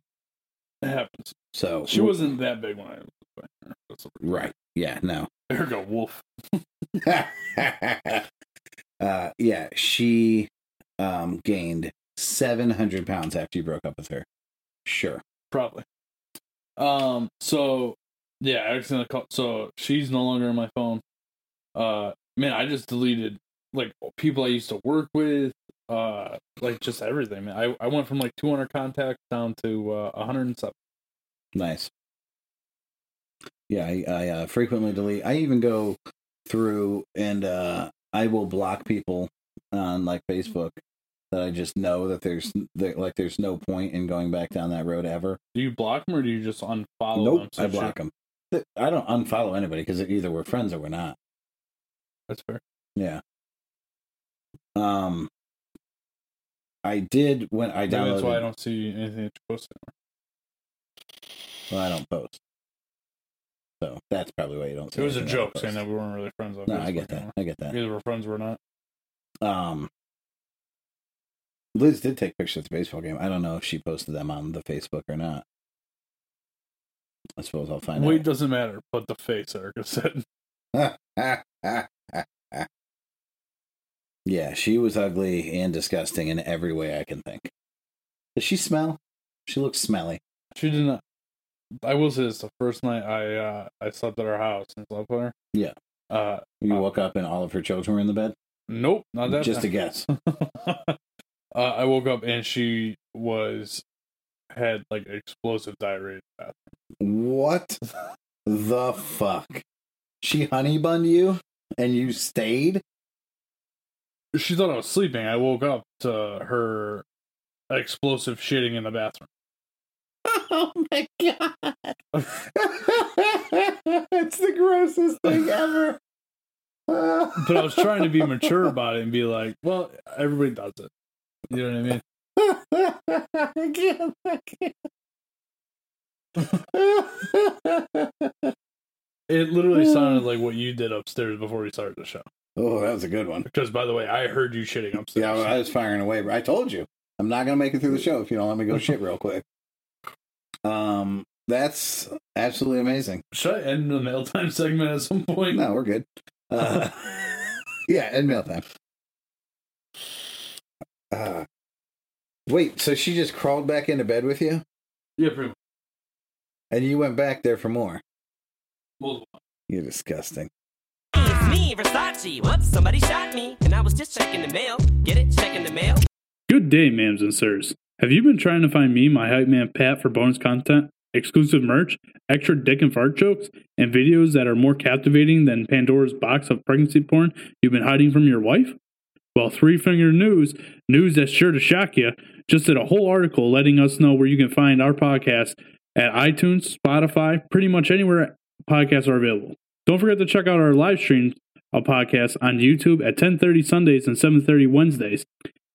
Speaker 2: It happens.
Speaker 1: So
Speaker 2: She wasn't that big when I was banging her. That's a-
Speaker 1: right. Yeah, no.
Speaker 2: Erica Wolf.
Speaker 1: uh, yeah, she um, gained 700 pounds after you broke up with her. Sure.
Speaker 2: Probably. Um. So yeah, I accidentally called. So she's no longer on my phone. Uh, man, I just deleted like people I used to work with. Uh, like just everything, man. I I went from like 200 contacts down to uh 107.
Speaker 1: Nice. Yeah, I, I uh, frequently delete. I even go through and uh, I will block people on like Facebook that I just know that there's that, like there's no point in going back down that road ever.
Speaker 2: Do you block them or do you just unfollow them?
Speaker 1: nope,
Speaker 2: Oh, So
Speaker 1: I
Speaker 2: shit,
Speaker 1: block them. I don't unfollow anybody because either we're friends or we're not.
Speaker 2: That's fair.
Speaker 1: Yeah. Um, I did when I downloaded.
Speaker 2: Maybe that's why I don't see anything that you posted.
Speaker 1: Well, I don't post. So that's probably why you don't. see
Speaker 2: It was a
Speaker 1: anything I
Speaker 2: joke
Speaker 1: post.
Speaker 2: saying that we weren't really friends. on
Speaker 1: No, I
Speaker 2: Facebook
Speaker 1: get that.
Speaker 2: anymore.
Speaker 1: I get that.
Speaker 2: Either we're friends or we're not.
Speaker 1: Um, Liz did take pictures of the baseball game. I don't know if she posted them on the Facebook or not. I suppose I'll find
Speaker 2: Weight
Speaker 1: out.
Speaker 2: doesn't matter, but the face, Erica said.
Speaker 1: Yeah, she was ugly and disgusting in every way I can think. Does she smell? She looks smelly.
Speaker 2: She did not. I will say this: the first night I uh, I slept at her house and slept with her.
Speaker 1: Yeah.
Speaker 2: Uh,
Speaker 1: You
Speaker 2: Uh, Oh,
Speaker 1: woke up and all of her children were in the bed.
Speaker 2: nope, not that.
Speaker 1: Just a
Speaker 2: time.
Speaker 1: guess.
Speaker 2: uh, I woke up and she was had like explosive diarrhea.
Speaker 1: What the fuck? She honey bunned you and you stayed?
Speaker 2: She thought I was sleeping. I woke up to her explosive shitting in the bathroom.
Speaker 1: Oh my god. it's the grossest thing ever.
Speaker 2: But I was trying to be mature about it and be like, well, everybody does it. You know what I mean?
Speaker 1: I can't. I can't.
Speaker 2: It literally sounded like what you did upstairs before we started the show.
Speaker 1: oh, that was a good one.
Speaker 2: Because by the way, I heard you shitting upstairs.
Speaker 1: Yeah, well, I was firing away. but I told you, I'm not gonna make it through the show if you don't let me go shit real quick. Um, that's absolutely amazing.
Speaker 2: Should I end the mail time segment at some point?
Speaker 1: No, we're good. Uh, yeah, and mail time. Uh, wait, so she just crawled back into bed with you,
Speaker 2: Yeah, pretty much.
Speaker 1: and you went back there for more?
Speaker 2: Multiple.
Speaker 1: You're disgusting.
Speaker 5: It's me, Versace. Whoops, somebody shot me. And I was just checking the mail. Get it? Checking the mail.
Speaker 6: Good day, ma'ams and sirs. Have you been trying to find me, my hype man Pat, for bonus content, exclusive merch, extra dick and fart jokes, and videos that are more captivating than Pandora's box of pregnancy porn you've been hiding from your wife? Well, Three Finger News, news that's sure to shock you, just did a whole article letting us know where you can find our podcast at iTunes, Spotify, pretty much anywhere podcasts are available. Don't forget to check out our live streams of podcasts on YouTube at 10:30 Sundays and 7:30 Wednesdays.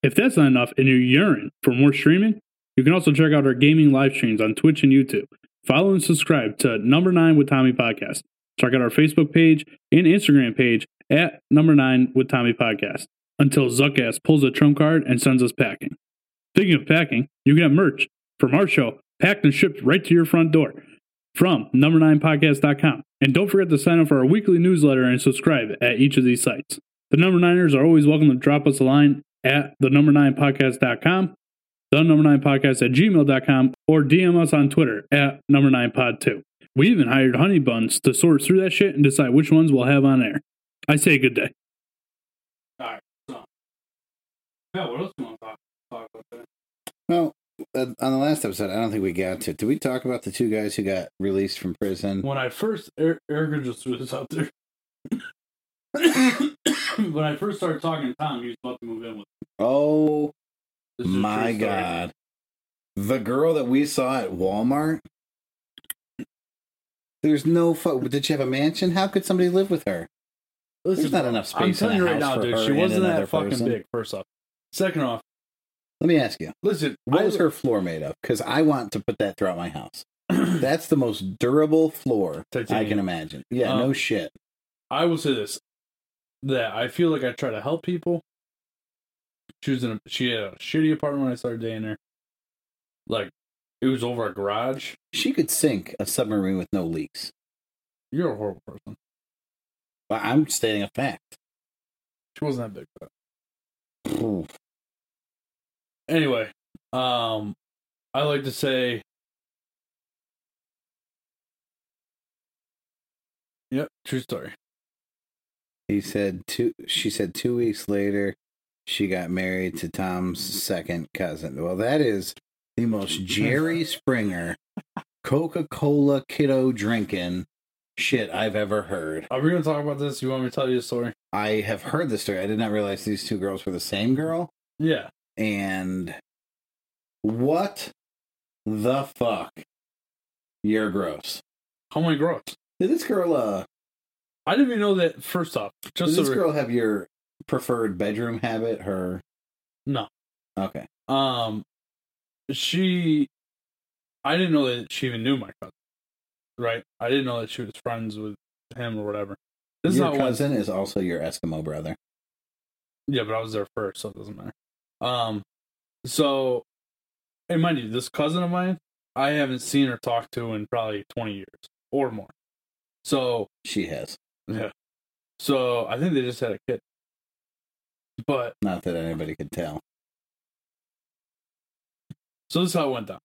Speaker 6: If that's not enough and you're urine for more streaming, you can also check out our gaming live streams on Twitch and YouTube. Follow and subscribe to Number Nine with Tommy Podcast. Check out our Facebook page and Instagram page at Number Nine with Tommy Podcast until Zuckass pulls a trump card and sends us packing. Speaking of packing, you can have merch from our show packed and shipped right to your front door from number 9 podcast.com. And don't forget to sign up for our weekly newsletter and subscribe at each of these sites. The number niners are always welcome to drop us a line at the number nine podcast.com, the number nine podcast at gmail.com, or DM us on Twitter at number nine pod two. We even hired Honey Buns to sort through that shit and decide which ones we'll have on air. I say good day.
Speaker 2: Yeah, what else do you want to talk, talk about? That?
Speaker 1: Well, uh, on the last episode, I don't think we got to. Did we talk about the two guys who got released from prison?
Speaker 2: When I first, er- Erica just threw this out there. when I first started talking to Tom, he was about to move in with.
Speaker 1: Oh
Speaker 2: This is a
Speaker 1: my
Speaker 2: true story.
Speaker 1: god. The girl that we saw at Walmart? There's no fuck. Did she have a mansion? How could somebody live with her?
Speaker 2: Listen,
Speaker 1: There's not enough space.
Speaker 2: I'm telling
Speaker 1: in a
Speaker 2: you right
Speaker 1: house
Speaker 2: now,
Speaker 1: for
Speaker 2: dude.
Speaker 1: her
Speaker 2: She
Speaker 1: and
Speaker 2: wasn't
Speaker 1: another
Speaker 2: that fucking
Speaker 1: person.
Speaker 2: big. First off, second off,
Speaker 1: Let me ask you.
Speaker 2: listen.
Speaker 1: What
Speaker 2: I-
Speaker 1: was her floor made of? Because I want to put that throughout my house. That's the most durable floor I can
Speaker 2: Titanium.
Speaker 1: imagine. Yeah,
Speaker 2: Um,
Speaker 1: no shit.
Speaker 2: I will say this: that I feel like I try to help people. She was in a she had a shitty apartment when I started dating her. Like it was over a garage.
Speaker 1: She could sink a submarine with no leaks.
Speaker 2: You're a horrible person.
Speaker 1: Well, I'm stating a fact.
Speaker 2: She wasn't that big. But
Speaker 1: Ooh.
Speaker 2: anyway, um, I like to say. Yep, true story.
Speaker 1: He said two. She said two weeks later, she got married to Tom's second cousin. Well, that is the most Jerry Springer, Coca Cola kiddo drinking shit I've ever heard.
Speaker 2: Are we gonna talk about this? You want me to tell you a story?
Speaker 1: I have heard this story. I did not realize these two girls were the same girl.
Speaker 2: Yeah.
Speaker 1: and what the fuck? You're gross.
Speaker 2: Oh my gross.
Speaker 1: Did this girl uh
Speaker 2: I didn't even know that. First off, just
Speaker 1: does
Speaker 2: so
Speaker 1: this
Speaker 2: we-
Speaker 1: girl have your preferred bedroom habit? Her
Speaker 2: No.
Speaker 1: Okay.
Speaker 2: um, she, I didn't know that she even knew my cousin. Right, I didn't know that she was friends with him or whatever. This is
Speaker 1: your
Speaker 2: not one.
Speaker 1: cousin is also your Eskimo brother.
Speaker 2: Yeah, but I was there first, so it doesn't matter. Um, so, and mind you, this cousin of mine, I haven't seen or talked to in probably 20 years or more. So,
Speaker 1: She has.
Speaker 2: so I think they just had a kid. But,
Speaker 1: Not that anybody could tell.
Speaker 2: so this is how it went down.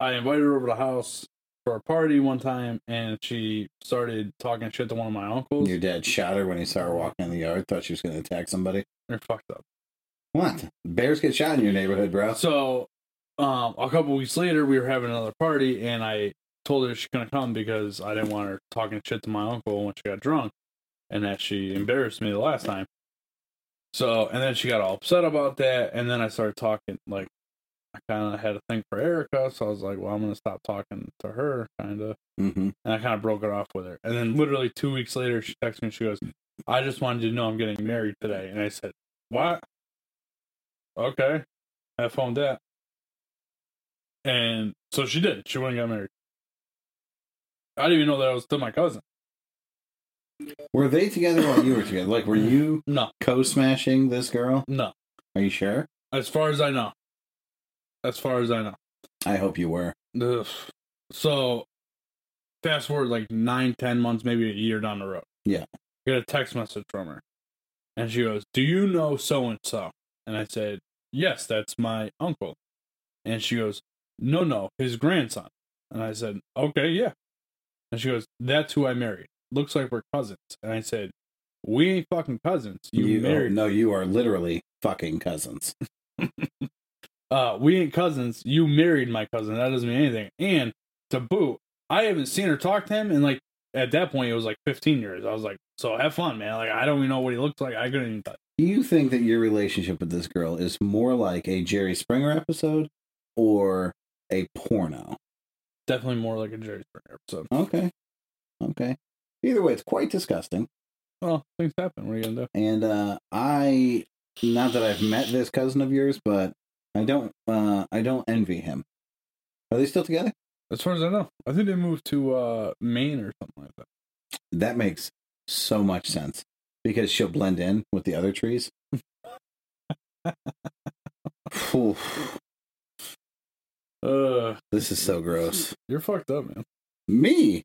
Speaker 2: I invited her over to the house for a party one time, and she started talking shit to one of my uncles.
Speaker 1: Your dad shot her when he saw her walking in the yard, thought she was gonna attack somebody.
Speaker 2: They're fucked up.
Speaker 1: What? Bears get shot in your neighborhood, bro.
Speaker 2: So, um, a couple weeks later, we were having another party, and I told her she couldn't come because I didn't want her talking shit to my uncle when she got drunk, and that she embarrassed me the last time. So, and then she got all upset about that, and then I started talking like I kind of had a thing for Erica, so I was like, well, I'm gonna stop talking to her, kind of,
Speaker 1: Mm-hmm.
Speaker 2: and I kind of broke it off with her. And then literally two weeks later, she texts me and she goes, "I just wanted you to know I'm getting married today," and I said, "What? Okay, have fun with that." And so she did. She went and got married. I didn't even know that I was still my cousin.
Speaker 1: Were they together while you were together? Like, were you
Speaker 2: No,
Speaker 1: co smashing this girl?
Speaker 2: no.
Speaker 1: Are you sure?
Speaker 2: As far as I know, as far as I know.
Speaker 1: I hope you were.
Speaker 2: Ugh. So, fast forward like nine, ten months, maybe a year down the road.
Speaker 1: Yeah.
Speaker 2: I get a text message from her, and she goes, "Do you know so and so?" And I said, "Yes, that's my uncle." And she goes, "No, no, his grandson." And I said, "Okay, yeah." And she goes, "That's who I married. Looks like we're cousins." And I said, "We ain't fucking cousins. You, married
Speaker 1: No, you oh, are literally fucking cousins.
Speaker 2: uh, we ain't cousins. You married my cousin. That doesn't mean anything. And to boot, I haven't seen or talked to him. And like at that point, it was like 15 years. I was like, so have fun, man. Like I don't even know what he looks like. I couldn't even. Touch.
Speaker 1: Do you think that your relationship with this girl is more like a Jerry Springer episode or a porno?
Speaker 2: Definitely more like a Jerry Springer episode.
Speaker 1: Okay. Okay. Either way, it's quite disgusting.
Speaker 2: Well, things happen. What are you gonna do?
Speaker 1: and uh i not that i've met this cousin of yours but i don't uh i don't envy him are they still together
Speaker 2: As far as I know, I think they moved to uh Maine or something like that.
Speaker 1: that makes so much sense because she'll blend in with the other trees Oof,
Speaker 2: Uh,
Speaker 1: this is so gross
Speaker 2: you're fucked up, man.
Speaker 1: me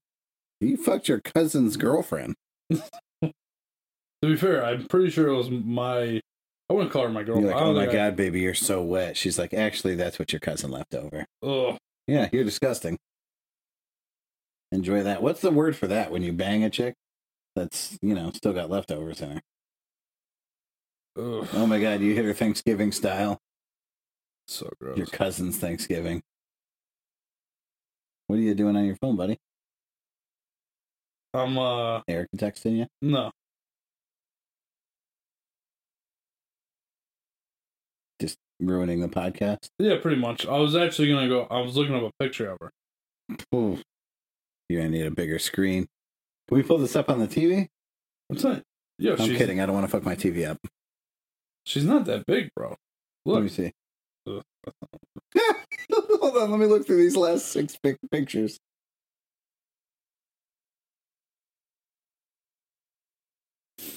Speaker 1: you fucked your cousin's girlfriend
Speaker 2: To be fair, I'm pretty sure it was my. I wouldn't call her my girlfriend.
Speaker 1: you're like oh my god baby you're so wet she's like actually that's what your cousin left over
Speaker 2: Oh,
Speaker 1: yeah you're disgusting enjoy that what's the word for that when you bang a chick that's you know still got leftovers in her Oh my god, you hit her Thanksgiving style.
Speaker 2: so gross.
Speaker 1: Your cousin's Thanksgiving. What are you doing on your phone, buddy?
Speaker 2: I'm uh
Speaker 1: Eric texting you?
Speaker 2: no.
Speaker 1: Ruining the podcast?
Speaker 2: Yeah, pretty much. I was actually gonna go. I was looking up a picture of her.
Speaker 1: Ooh. You're gonna need a bigger screen. Can we pull this up on the TV?
Speaker 2: What's that? Yo,
Speaker 1: I'm
Speaker 2: Oh, she's
Speaker 1: kidding. I don't want to fuck my TV up.
Speaker 2: she's not that big, bro.
Speaker 1: Let me
Speaker 2: Look,
Speaker 1: see.
Speaker 2: Ugh.
Speaker 1: Hold on. Let me look through these last six pic- pictures.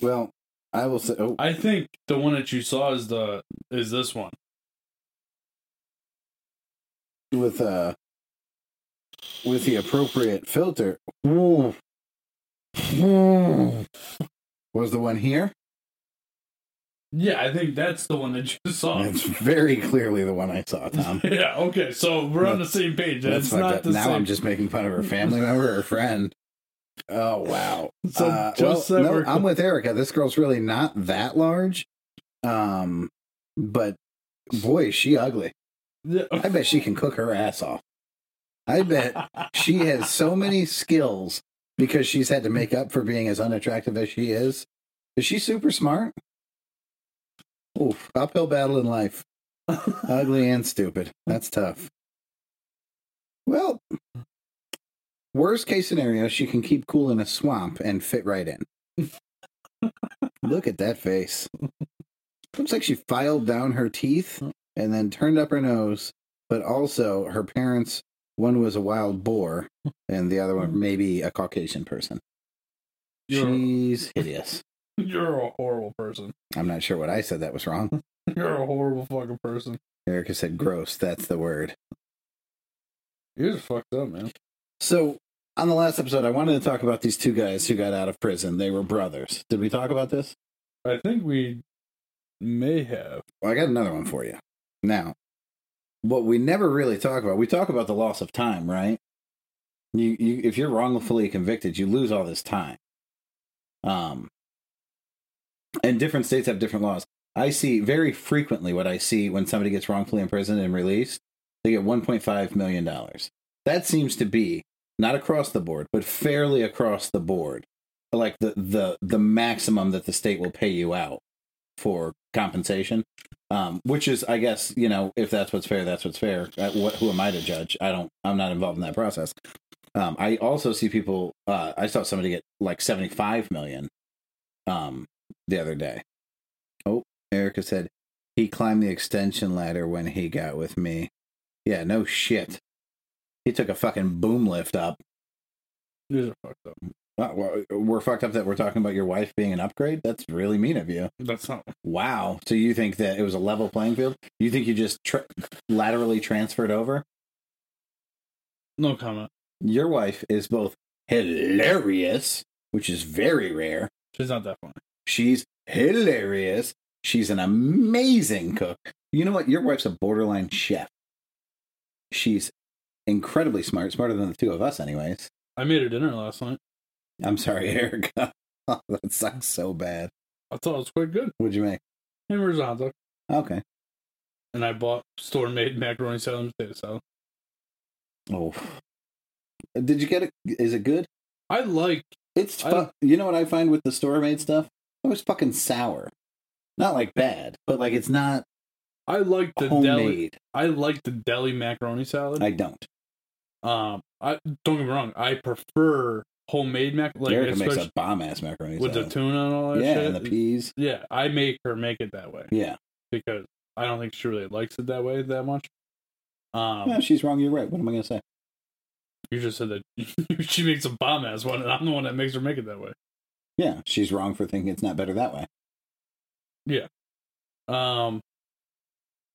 Speaker 1: Well, I will say. Oh,
Speaker 2: I think the one that you saw is the is this one.
Speaker 1: with uh with the appropriate filter. Whoa. Whoa. Was the one here?
Speaker 2: Yeah, I think that's the one that you saw.
Speaker 1: It's very clearly the one I saw, Tom.
Speaker 2: yeah. Okay. So we're on the same page. That's
Speaker 1: fucked
Speaker 2: not
Speaker 1: up.
Speaker 2: the
Speaker 1: now
Speaker 2: same.
Speaker 1: I'm just making fun of her family member or friend. Oh wow.
Speaker 2: So
Speaker 1: Uh,
Speaker 2: just
Speaker 1: well,
Speaker 2: that
Speaker 1: no,
Speaker 2: we're-
Speaker 1: I'm with Erica. This girl's really not that large. Um but boy, is she ugly.
Speaker 2: Yeah.
Speaker 1: I bet she can cook her ass off. I bet she has so many skills because she's had to make up for being as unattractive as she is. Is she super smart? Oof, uphill battle in life. Ugly and stupid. That's tough. Well, worst case scenario, she can keep cool in a swamp and fit right in. Look at that face. Looks like she filed down her teeth and then turned up her nose, but also her parents, one was a wild boar and the other one maybe a Caucasian person.
Speaker 2: You're,
Speaker 1: She's hideous.
Speaker 2: you're a horrible person.
Speaker 1: I'm not sure what I said that was wrong.
Speaker 2: You're a horrible fucking person.
Speaker 1: Erica said gross. That's the word.
Speaker 2: You're just fucked up, man.
Speaker 1: So on the last episode, I wanted to talk about these two guys who got out of prison. They were brothers. Did we talk about this?
Speaker 2: I think we may have.
Speaker 1: Well, I got another one for you. Now, what we never really talk about, we talk about the loss of time, right? You, you if you're wrongfully convicted, you lose all this time. Um, and different states have different laws. I see very frequently what I see when somebody gets wrongfully imprisoned and released, they get 1.5 million dollars. That seems to be not across the board, but fairly across the board, like the the the maximum that the state will pay you out for compensation um, which is, I guess, you know, if that's what's fair, that's what's fair. Uh, what, who am I to judge? I don't. I'm not involved in that process. Um, I also see people. Uh, I saw somebody get like 75 million um, the other day. Oh, Erica said he climbed the extension ladder when he got with me. Yeah, no shit. He took a fucking boom lift up.
Speaker 2: You're just fucked up.
Speaker 1: Uh, we're- we're fucked up that we're talking about your wife being an upgrade. That's really mean of you.
Speaker 2: That's not.
Speaker 1: Wow. So you think that it was a level playing field? You think you just tra- laterally transferred over?
Speaker 2: No comment.
Speaker 1: Your wife is both hilarious, which is very rare.
Speaker 2: She's not that funny.
Speaker 1: She's hilarious. She's an amazing cook. You know what? Your wife's a borderline chef. She's incredibly smart, smarter than the two of us, anyways.
Speaker 2: I made her dinner last night.
Speaker 1: I'm sorry, Erica. Oh, that sucks so bad.
Speaker 2: I thought it was quite good.
Speaker 1: What'd you make?
Speaker 2: Hamburgers and hot dog.
Speaker 1: Okay.
Speaker 2: And I bought store made macaroni salad and potato salad.
Speaker 1: Oh. Did you get it? Is it good?
Speaker 2: I like
Speaker 1: It's
Speaker 2: I
Speaker 1: fu- you know what I find with the store made stuff? It was fucking sour. Not like bad, but like it's not
Speaker 2: I like the deli
Speaker 1: homemade.
Speaker 2: I like the deli macaroni salad.
Speaker 1: I don't.
Speaker 2: um I don't get me wrong, I prefer homemade mac like
Speaker 1: Erica makes
Speaker 2: especially
Speaker 1: a bomb ass macaroni
Speaker 2: with the
Speaker 1: salad.
Speaker 2: tuna and all that
Speaker 1: yeah,
Speaker 2: shit.
Speaker 1: and the peas.
Speaker 2: Yeah, I make her make it that way
Speaker 1: Yeah.
Speaker 2: because I don't think she really likes it that way that much. Um
Speaker 1: yeah, she's wrong. You're right. What am I gonna say?
Speaker 2: you just said that she makes a bomb ass one and I'm the one that makes her make it that way.
Speaker 1: Yeah, she's wrong for thinking it's not better that way.
Speaker 2: Um,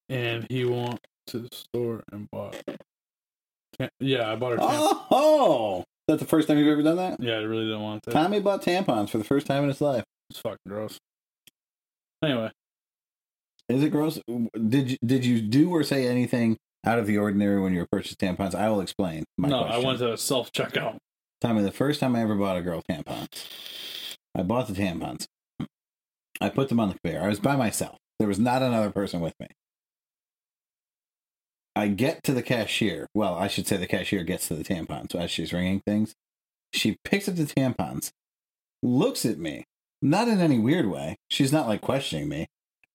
Speaker 2: and he went to the store and bought. Tam- Yeah, I bought her. Tam-
Speaker 1: Oh, oh, is that the first time you've ever done that?
Speaker 2: Yeah, I really didn't want that.
Speaker 1: Tommy bought tampons for the first time in his life.
Speaker 2: It's fucking gross. Anyway,
Speaker 1: Is it gross? Did you, did you do or say anything out of the ordinary when you were purchased tampons? I will explain. My
Speaker 2: no,
Speaker 1: question.
Speaker 2: I went to self checkout.
Speaker 1: Tommy, the first time I ever bought a girl tampons, I bought the tampons. I put them on the conveyor. I was by myself. There was not another person with me. I get to the cashier. Well, I should say the cashier gets to the tampons as she's ringing things. She picks up the tampons, looks at me, not in any weird way. She's not like questioning me.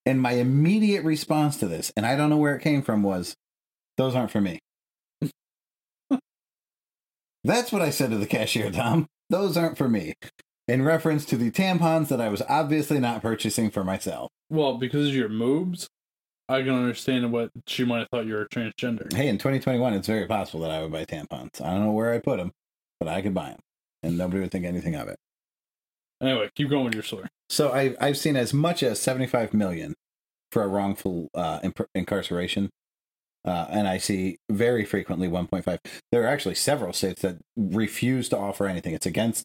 Speaker 1: And my immediate response to this, and I don't know where it came from, was those aren't for me. That's what I said to the cashier, Tom. Those aren't for me. In reference to the tampons that I was obviously not purchasing for myself.
Speaker 2: Well, because of your moves, I can understand what she might have thought you were transgender.
Speaker 1: Hey, in 2021, it's very possible that I would buy tampons. I don't know where I put them, but I could buy them, and nobody would think anything of it.
Speaker 2: Anyway, keep going with your story.
Speaker 1: So I, I've seen as much as 75 million for a wrongful uh, imp- incarceration, uh, and I see very frequently 1.5. There are actually several states that refuse to offer anything. It's against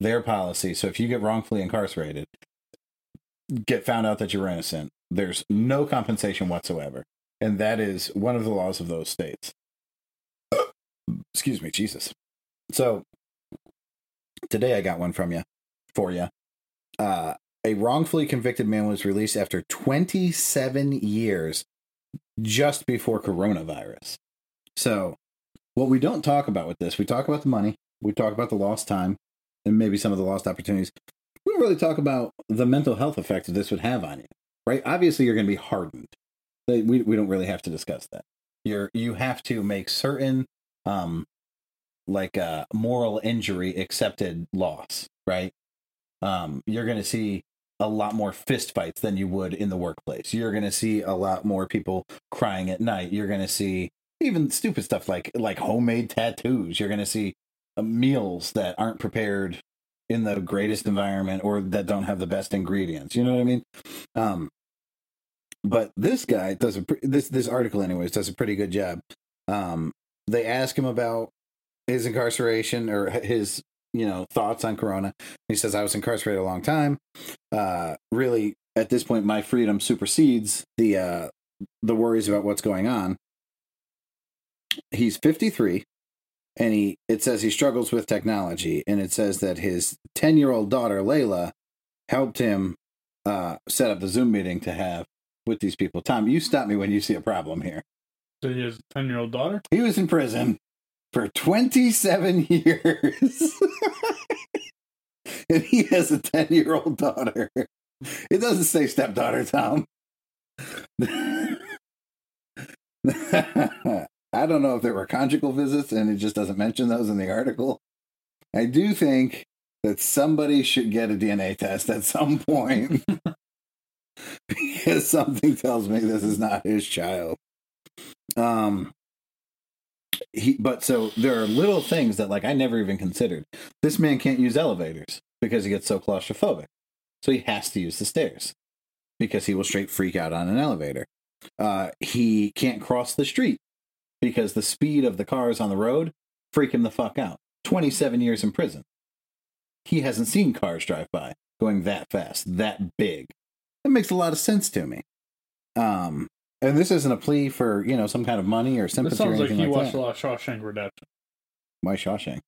Speaker 1: their policy. So if you get wrongfully incarcerated, get found out that you're innocent, there's no compensation whatsoever, and that is one of the laws of those states. Excuse me, Jesus. So today I got one from you, for you uh, a wrongfully convicted man was released after 27 years just before coronavirus. So, what we don't talk about with this, we talk about the money, we talk about the lost time, and maybe some of the lost opportunities. We don't really talk about the mental health effect that this would have on you. right? Obviously, you're going to be hardened. They- We we don't really have to discuss that. You're you have to make certain, um, like uh, moral injury accepted loss, right? Um, you're going to see a lot more fist fights than you would in the workplace. You're going to see a lot more people crying at night. You're going to see even stupid stuff like like homemade tattoos. You're going to see uh, meals that aren't prepared in the greatest environment or that don't have the best ingredients. You know what I mean? Um, but this guy does a pre- this this article anyways does a pretty good job. Um, they ask him about his incarceration or h- his you know thoughts on corona. He says I was incarcerated a long time. Uh, really at this point my freedom supersedes the uh, the worries about what's going on. He's 53 and he it says he struggles with technology and it says that his 10 year old daughter layla helped him uh, set up the zoom meeting to have with these people tom you stop me when you see a problem here
Speaker 6: So he has a 10 year old daughter?
Speaker 1: he was in prison for 27 years and he has a 10 year old daughter it doesn't say stepdaughter tom I don't know if there were conjugal visits and it just doesn't mention those in the article. I do think that somebody should get a DNA test at some point because something tells me this is not his child. Um he but so there are little things that like I never even considered. This man can't use elevators because he gets so claustrophobic. So he has to use the stairs because he will straight freak out on an elevator. Uh he can't cross the street because the speed of the cars on the road freak him the fuck out. 27 years in prison. He hasn't seen cars drive by going that fast, that big. That makes a lot of sense to me. Um, and this isn't a plea for, you know, some kind of money or sympathy
Speaker 2: This
Speaker 1: or
Speaker 2: sounds like
Speaker 1: anything
Speaker 2: he
Speaker 1: like,
Speaker 2: watched
Speaker 1: that.
Speaker 2: a lot of Shawshank Redemption
Speaker 1: Why Shawshank?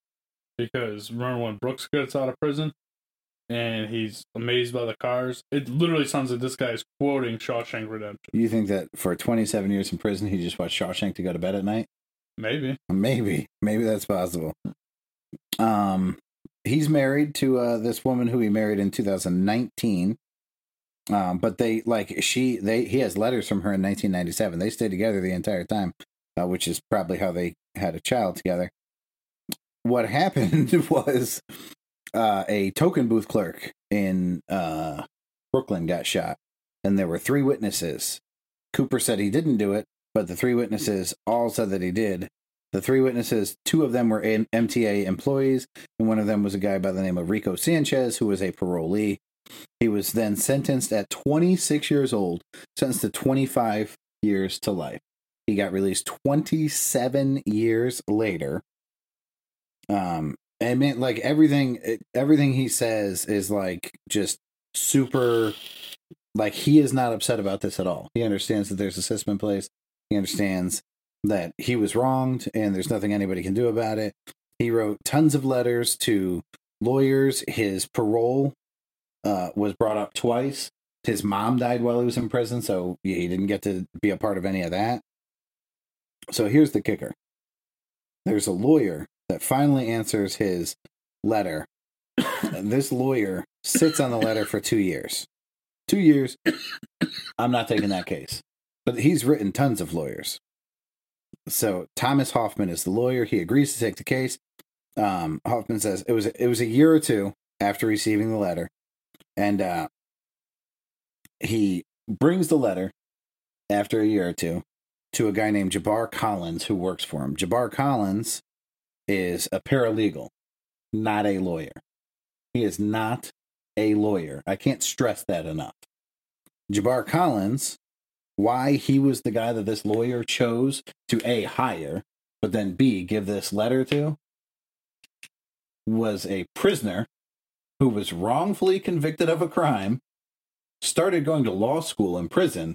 Speaker 2: because remember when Brooks gets out of prison and he's amazed by the cars? It literally sounds like this guy is quoting Shawshank Redemption.
Speaker 1: You think that for 27 years in prison, he just watched Shawshank to go to bed at night?
Speaker 2: Maybe.
Speaker 1: Maybe, maybe that's possible. Um, he's married to uh, this woman who he married in 2019. Um, but they like she they he has letters from her in 1997. They stayed together the entire time, uh, which is probably how they had a child together. What happened was uh, a token booth clerk in uh, Brooklyn got shot, and there were three witnesses. Cooper said he didn't do it, but the three witnesses all said that he did, the three witnesses, two of them were in MTA employees, and one of them was a guy by the name of Rico Sanchez, who was a parolee. He was then sentenced at 26 years old, sentenced to 25 years to life. He got released 27 years later. Um, and man, like everything, it- everything he says is like just super. Like he is not upset about this at all. He understands that there's a system in place. He understands that he was wronged and there's nothing anybody can do about it. He wrote tons of letters to lawyers. His parole uh, was brought up twice. His mom died while he was in prison, so he didn't get to be a part of any of that. So here's the kicker there's a lawyer that finally answers his letter. and this lawyer sits on the letter for two years. Two years. I'm not taking that case. But he's written tons of lawyers so Thomas Hoffman is the lawyer. He agrees to take the case. Um, Hoffman says it was it was a year or two after receiving the letter, and uh, he brings the letter after a year or two to a guy named Jabbar Collins who works for him. Jabbar Collins is a paralegal, not a lawyer. He is not a lawyer. I can't stress that enough. Jabbar Collins, why he was the guy that this lawyer chose to A, hire, but then B, give this letter to, was a prisoner who was wrongfully convicted of a crime, started going to law school in prison,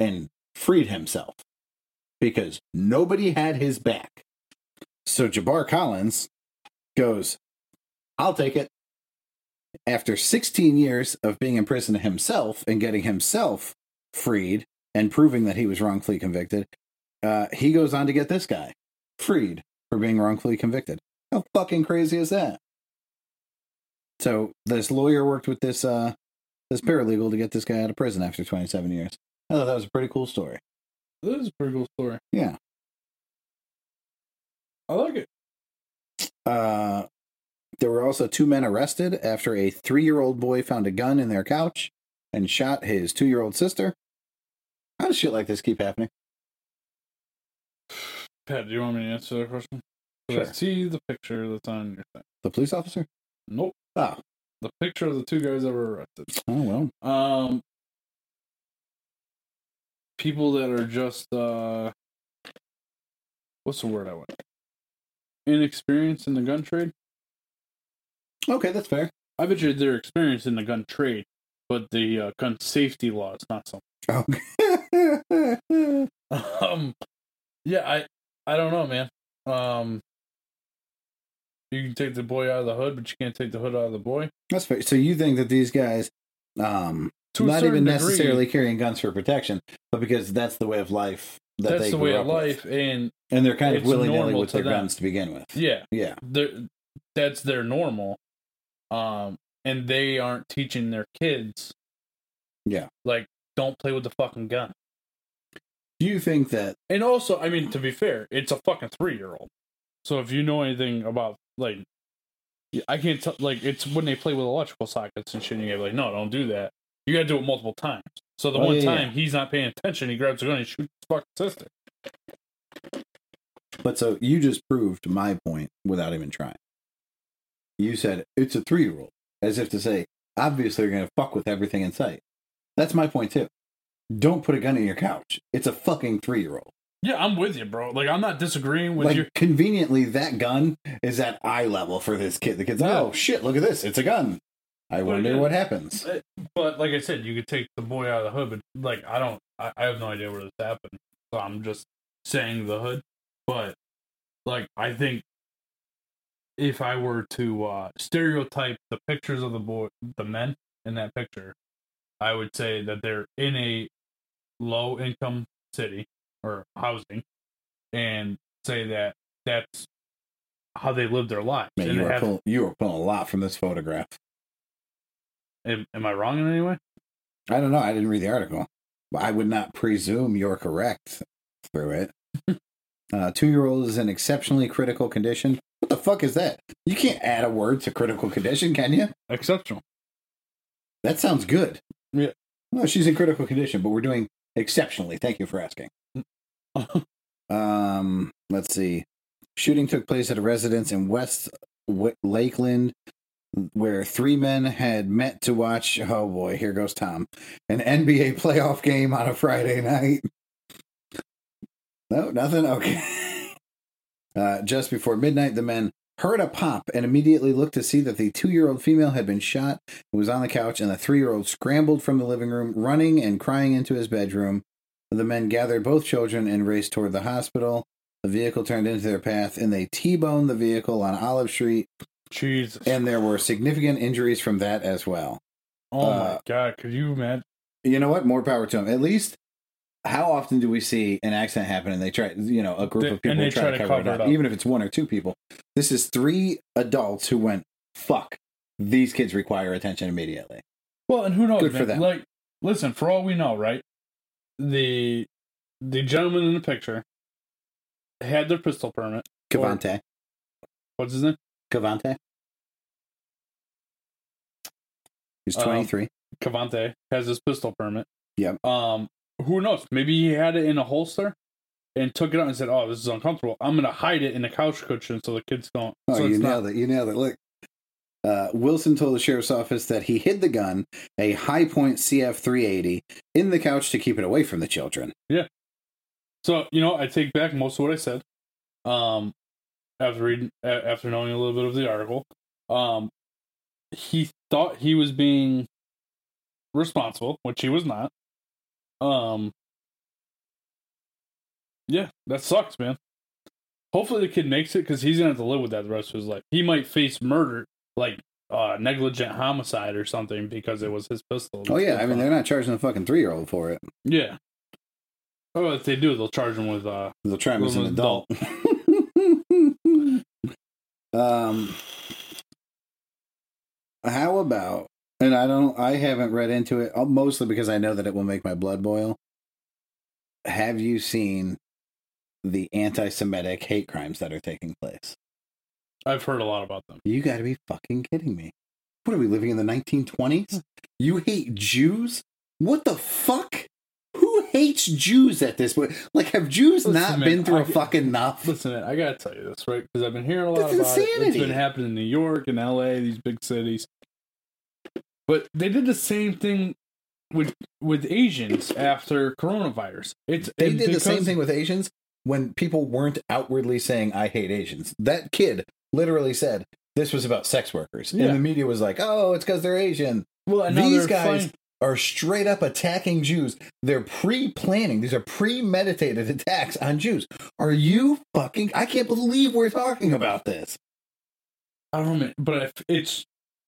Speaker 1: and freed himself because nobody had his back. So Jabbar Collins goes, I'll take it. After 16 years of being in prison himself and getting himself freed and proving that he was wrongfully convicted, uh, he goes on to get this guy freed for being wrongfully convicted. How fucking crazy is that? So this lawyer worked with this uh, this paralegal to get this guy out of prison after 27 years. I thought that was a pretty cool story.
Speaker 2: This is a pretty cool story.
Speaker 1: Yeah.
Speaker 2: I like it.
Speaker 1: Uh, there were also two men arrested after a three year old boy found a gun in their couch and shot his two year old sister. How does shit like this keep happening?
Speaker 2: Pat, do you want me to answer that question? 'Cause I
Speaker 1: Sure.
Speaker 2: see the picture that's on your thing.
Speaker 1: The police officer?
Speaker 2: Nope.
Speaker 1: Oh,
Speaker 2: The picture of the two guys that were arrested.
Speaker 1: oh well.
Speaker 2: Um, people that are just uh, what's the word I want? Inexperienced in the gun trade.
Speaker 1: Okay, that's fair.
Speaker 2: I bet you they're experienced in the gun trade, but the uh, gun safety law is not something.
Speaker 1: Okay.
Speaker 2: Um, yeah, I I don't know, man. Um, you can take the boy out of the hood, but you can't take the hood out of the boy.
Speaker 1: that's fair. So you think that these guys, um,
Speaker 2: To a
Speaker 1: not
Speaker 2: certain
Speaker 1: even
Speaker 2: degree,
Speaker 1: necessarily carrying guns for protection, but because that's the way of life that
Speaker 2: that's
Speaker 1: they
Speaker 2: the
Speaker 1: grew
Speaker 2: way
Speaker 1: up
Speaker 2: of
Speaker 1: with.
Speaker 2: life, and
Speaker 1: and they're kind of
Speaker 2: It's
Speaker 1: willy nilly
Speaker 2: normal
Speaker 1: with
Speaker 2: to
Speaker 1: their
Speaker 2: them.
Speaker 1: guns to begin with.
Speaker 2: yeah,
Speaker 1: Yeah,
Speaker 2: they're, that's their normal. Um, and they aren't teaching their kids,
Speaker 1: yeah.
Speaker 2: like, don't play with the fucking gun.
Speaker 1: Do you think that?
Speaker 2: And also, I mean, to be fair, it's a fucking three year old. So if you know anything about like, I can't tell. Like, it's when they play with electrical sockets and shit. And you gotta be like, no, don't do that. You gotta do it multiple times. So the
Speaker 1: Oh,
Speaker 2: one
Speaker 1: yeah, yeah.
Speaker 2: time he's not paying attention, he grabs a gun and shoots his fucking sister.
Speaker 1: But so you just proved my point without even trying. You said it's a three year old, as if to say, obviously you're going to fuck with everything in sight. That's my point too. Don't put a gun in your couch. It's a fucking three year old.
Speaker 2: Yeah, I'm with you, bro. Like, I'm not disagreeing with
Speaker 1: Like
Speaker 2: you.
Speaker 1: conveniently, that gun is at eye level for this kid. The kid's,
Speaker 2: Yeah.
Speaker 1: oh shit, look at this. It's a gun. I wonder
Speaker 2: again-
Speaker 1: what happens.
Speaker 2: But like I said, you could take the boy out of the hood, but like I don't, I, I have no idea where this happened. So I'm just saying the hood. But like I think if I were to uh, stereotype the pictures of the boy, the men in that picture, I would say that they're in a low income city or housing, and say that that's how they live their lives.
Speaker 1: Man,
Speaker 2: and
Speaker 1: you
Speaker 2: they
Speaker 1: are,
Speaker 2: have,
Speaker 1: pull, you are pulling a lot from this photograph.
Speaker 2: am, am I wrong in any way?
Speaker 1: I don't know. I didn't read the article. But I would not presume you're correct through it. uh, Two year old is in exceptionally critical condition. What the fuck is that? You can't add a word to critical condition, can you?
Speaker 2: Exceptional.
Speaker 1: That sounds good.
Speaker 2: Yeah.
Speaker 1: No, she's in critical condition, but we're doing exceptionally. Thank you for asking. um, let's see. Shooting took place at a residence in West w- Lakeland, where three men had met to watch. Oh boy, here goes Tom. An NBA playoff game on a Friday night. No, nothing. Okay. uh, just before midnight, the men heard a pop and immediately looked to see that the two-year-old female had been shot who was on the couch, and the three year old scrambled from the living room, running and crying into his bedroom. The men gathered both children and raced toward the hospital. The vehicle turned into their path, and they T boned the vehicle on Olive Street,
Speaker 2: Jesus.
Speaker 1: and there were significant injuries from that as well.
Speaker 2: Oh
Speaker 1: Uh,
Speaker 2: my god, could you imagine?
Speaker 1: You know what? More power to them. At least, how often do we see an accident happen and they try, you know, a group
Speaker 2: They-
Speaker 1: of people
Speaker 2: and they
Speaker 1: try, to cover, it up, even if it's one or two people? This is three adults who went, fuck, these kids require attention immediately.
Speaker 2: Well, and who knows?
Speaker 1: Good for
Speaker 2: man?
Speaker 1: them.
Speaker 2: Like, listen, for all we know, right? The the gentleman in the picture had their pistol permit. Or-
Speaker 1: Cavante.
Speaker 2: What's his name?
Speaker 1: Cavante. He's
Speaker 2: Um,
Speaker 1: 23.
Speaker 2: Cavante has his pistol permit.
Speaker 1: Yep.
Speaker 2: Um, who knows? Maybe he had it in a holster and took it out and said, "Oh, this is uncomfortable. I'm gonna hide it in the couch cushion so the kids don't."
Speaker 1: oh,
Speaker 2: so
Speaker 1: you
Speaker 2: it's
Speaker 1: nailed it. You nailed it. Look. Uh, Wilson told the sheriff's office that he hid the gun, a High Point CF 380, in the couch to keep it away from the children.
Speaker 2: So you know, I take back most of what I said. Um, after reading, a- after knowing a little bit of the article, um, he thought he was being responsible, which he was not. Um, yeah, that sucks, man. Hopefully, the kid makes it because he's gonna have to live with that the rest of his life. He might face murder, like uh, negligent homicide or something, because it was his pistol. Uh,
Speaker 1: Oh, yeah. I mean, they're not charging the fucking three year old for it.
Speaker 2: yeah. Oh, if they do, they'll charge him with uh,
Speaker 1: The crime is an
Speaker 2: Little
Speaker 1: adult. um, how about And I don't, I haven't read into it uh, mostly because I know that it will make my blood boil. Have you seen the anti-Semitic hate crimes that are taking place?
Speaker 2: I've heard a lot about them.
Speaker 1: You got to be fucking kidding me! What are we living in the 1920s? You hate Jews? What the fuck? Who hates Jews at this point? Like, have Jews
Speaker 2: Listen,
Speaker 1: not
Speaker 2: man,
Speaker 1: been through
Speaker 2: I
Speaker 1: a
Speaker 2: get-
Speaker 1: fucking enough?
Speaker 2: Listen, man, I gotta tell you this, right? Because I've been hearing a lot
Speaker 1: That's
Speaker 2: about it. It's
Speaker 1: insanity.
Speaker 2: been happening in New York and L.A., these big cities. But they did the same thing with with Asians after coronavirus. It's
Speaker 1: They
Speaker 2: it's
Speaker 1: did the same
Speaker 2: because-
Speaker 1: thing with Asians when people weren't outwardly saying "I hate Asians." That kid literally said this was about sex workers,
Speaker 2: Yeah.
Speaker 1: and the media was like, "Oh, it's because they're Asian."
Speaker 2: Well, and now
Speaker 1: These
Speaker 2: they're
Speaker 1: guys
Speaker 2: fine-
Speaker 1: are straight up attacking Jews. They're pre-planning. These are premeditated attacks on Jews. Are you fucking? I can't believe we're talking about this.
Speaker 2: I don't know, but if it's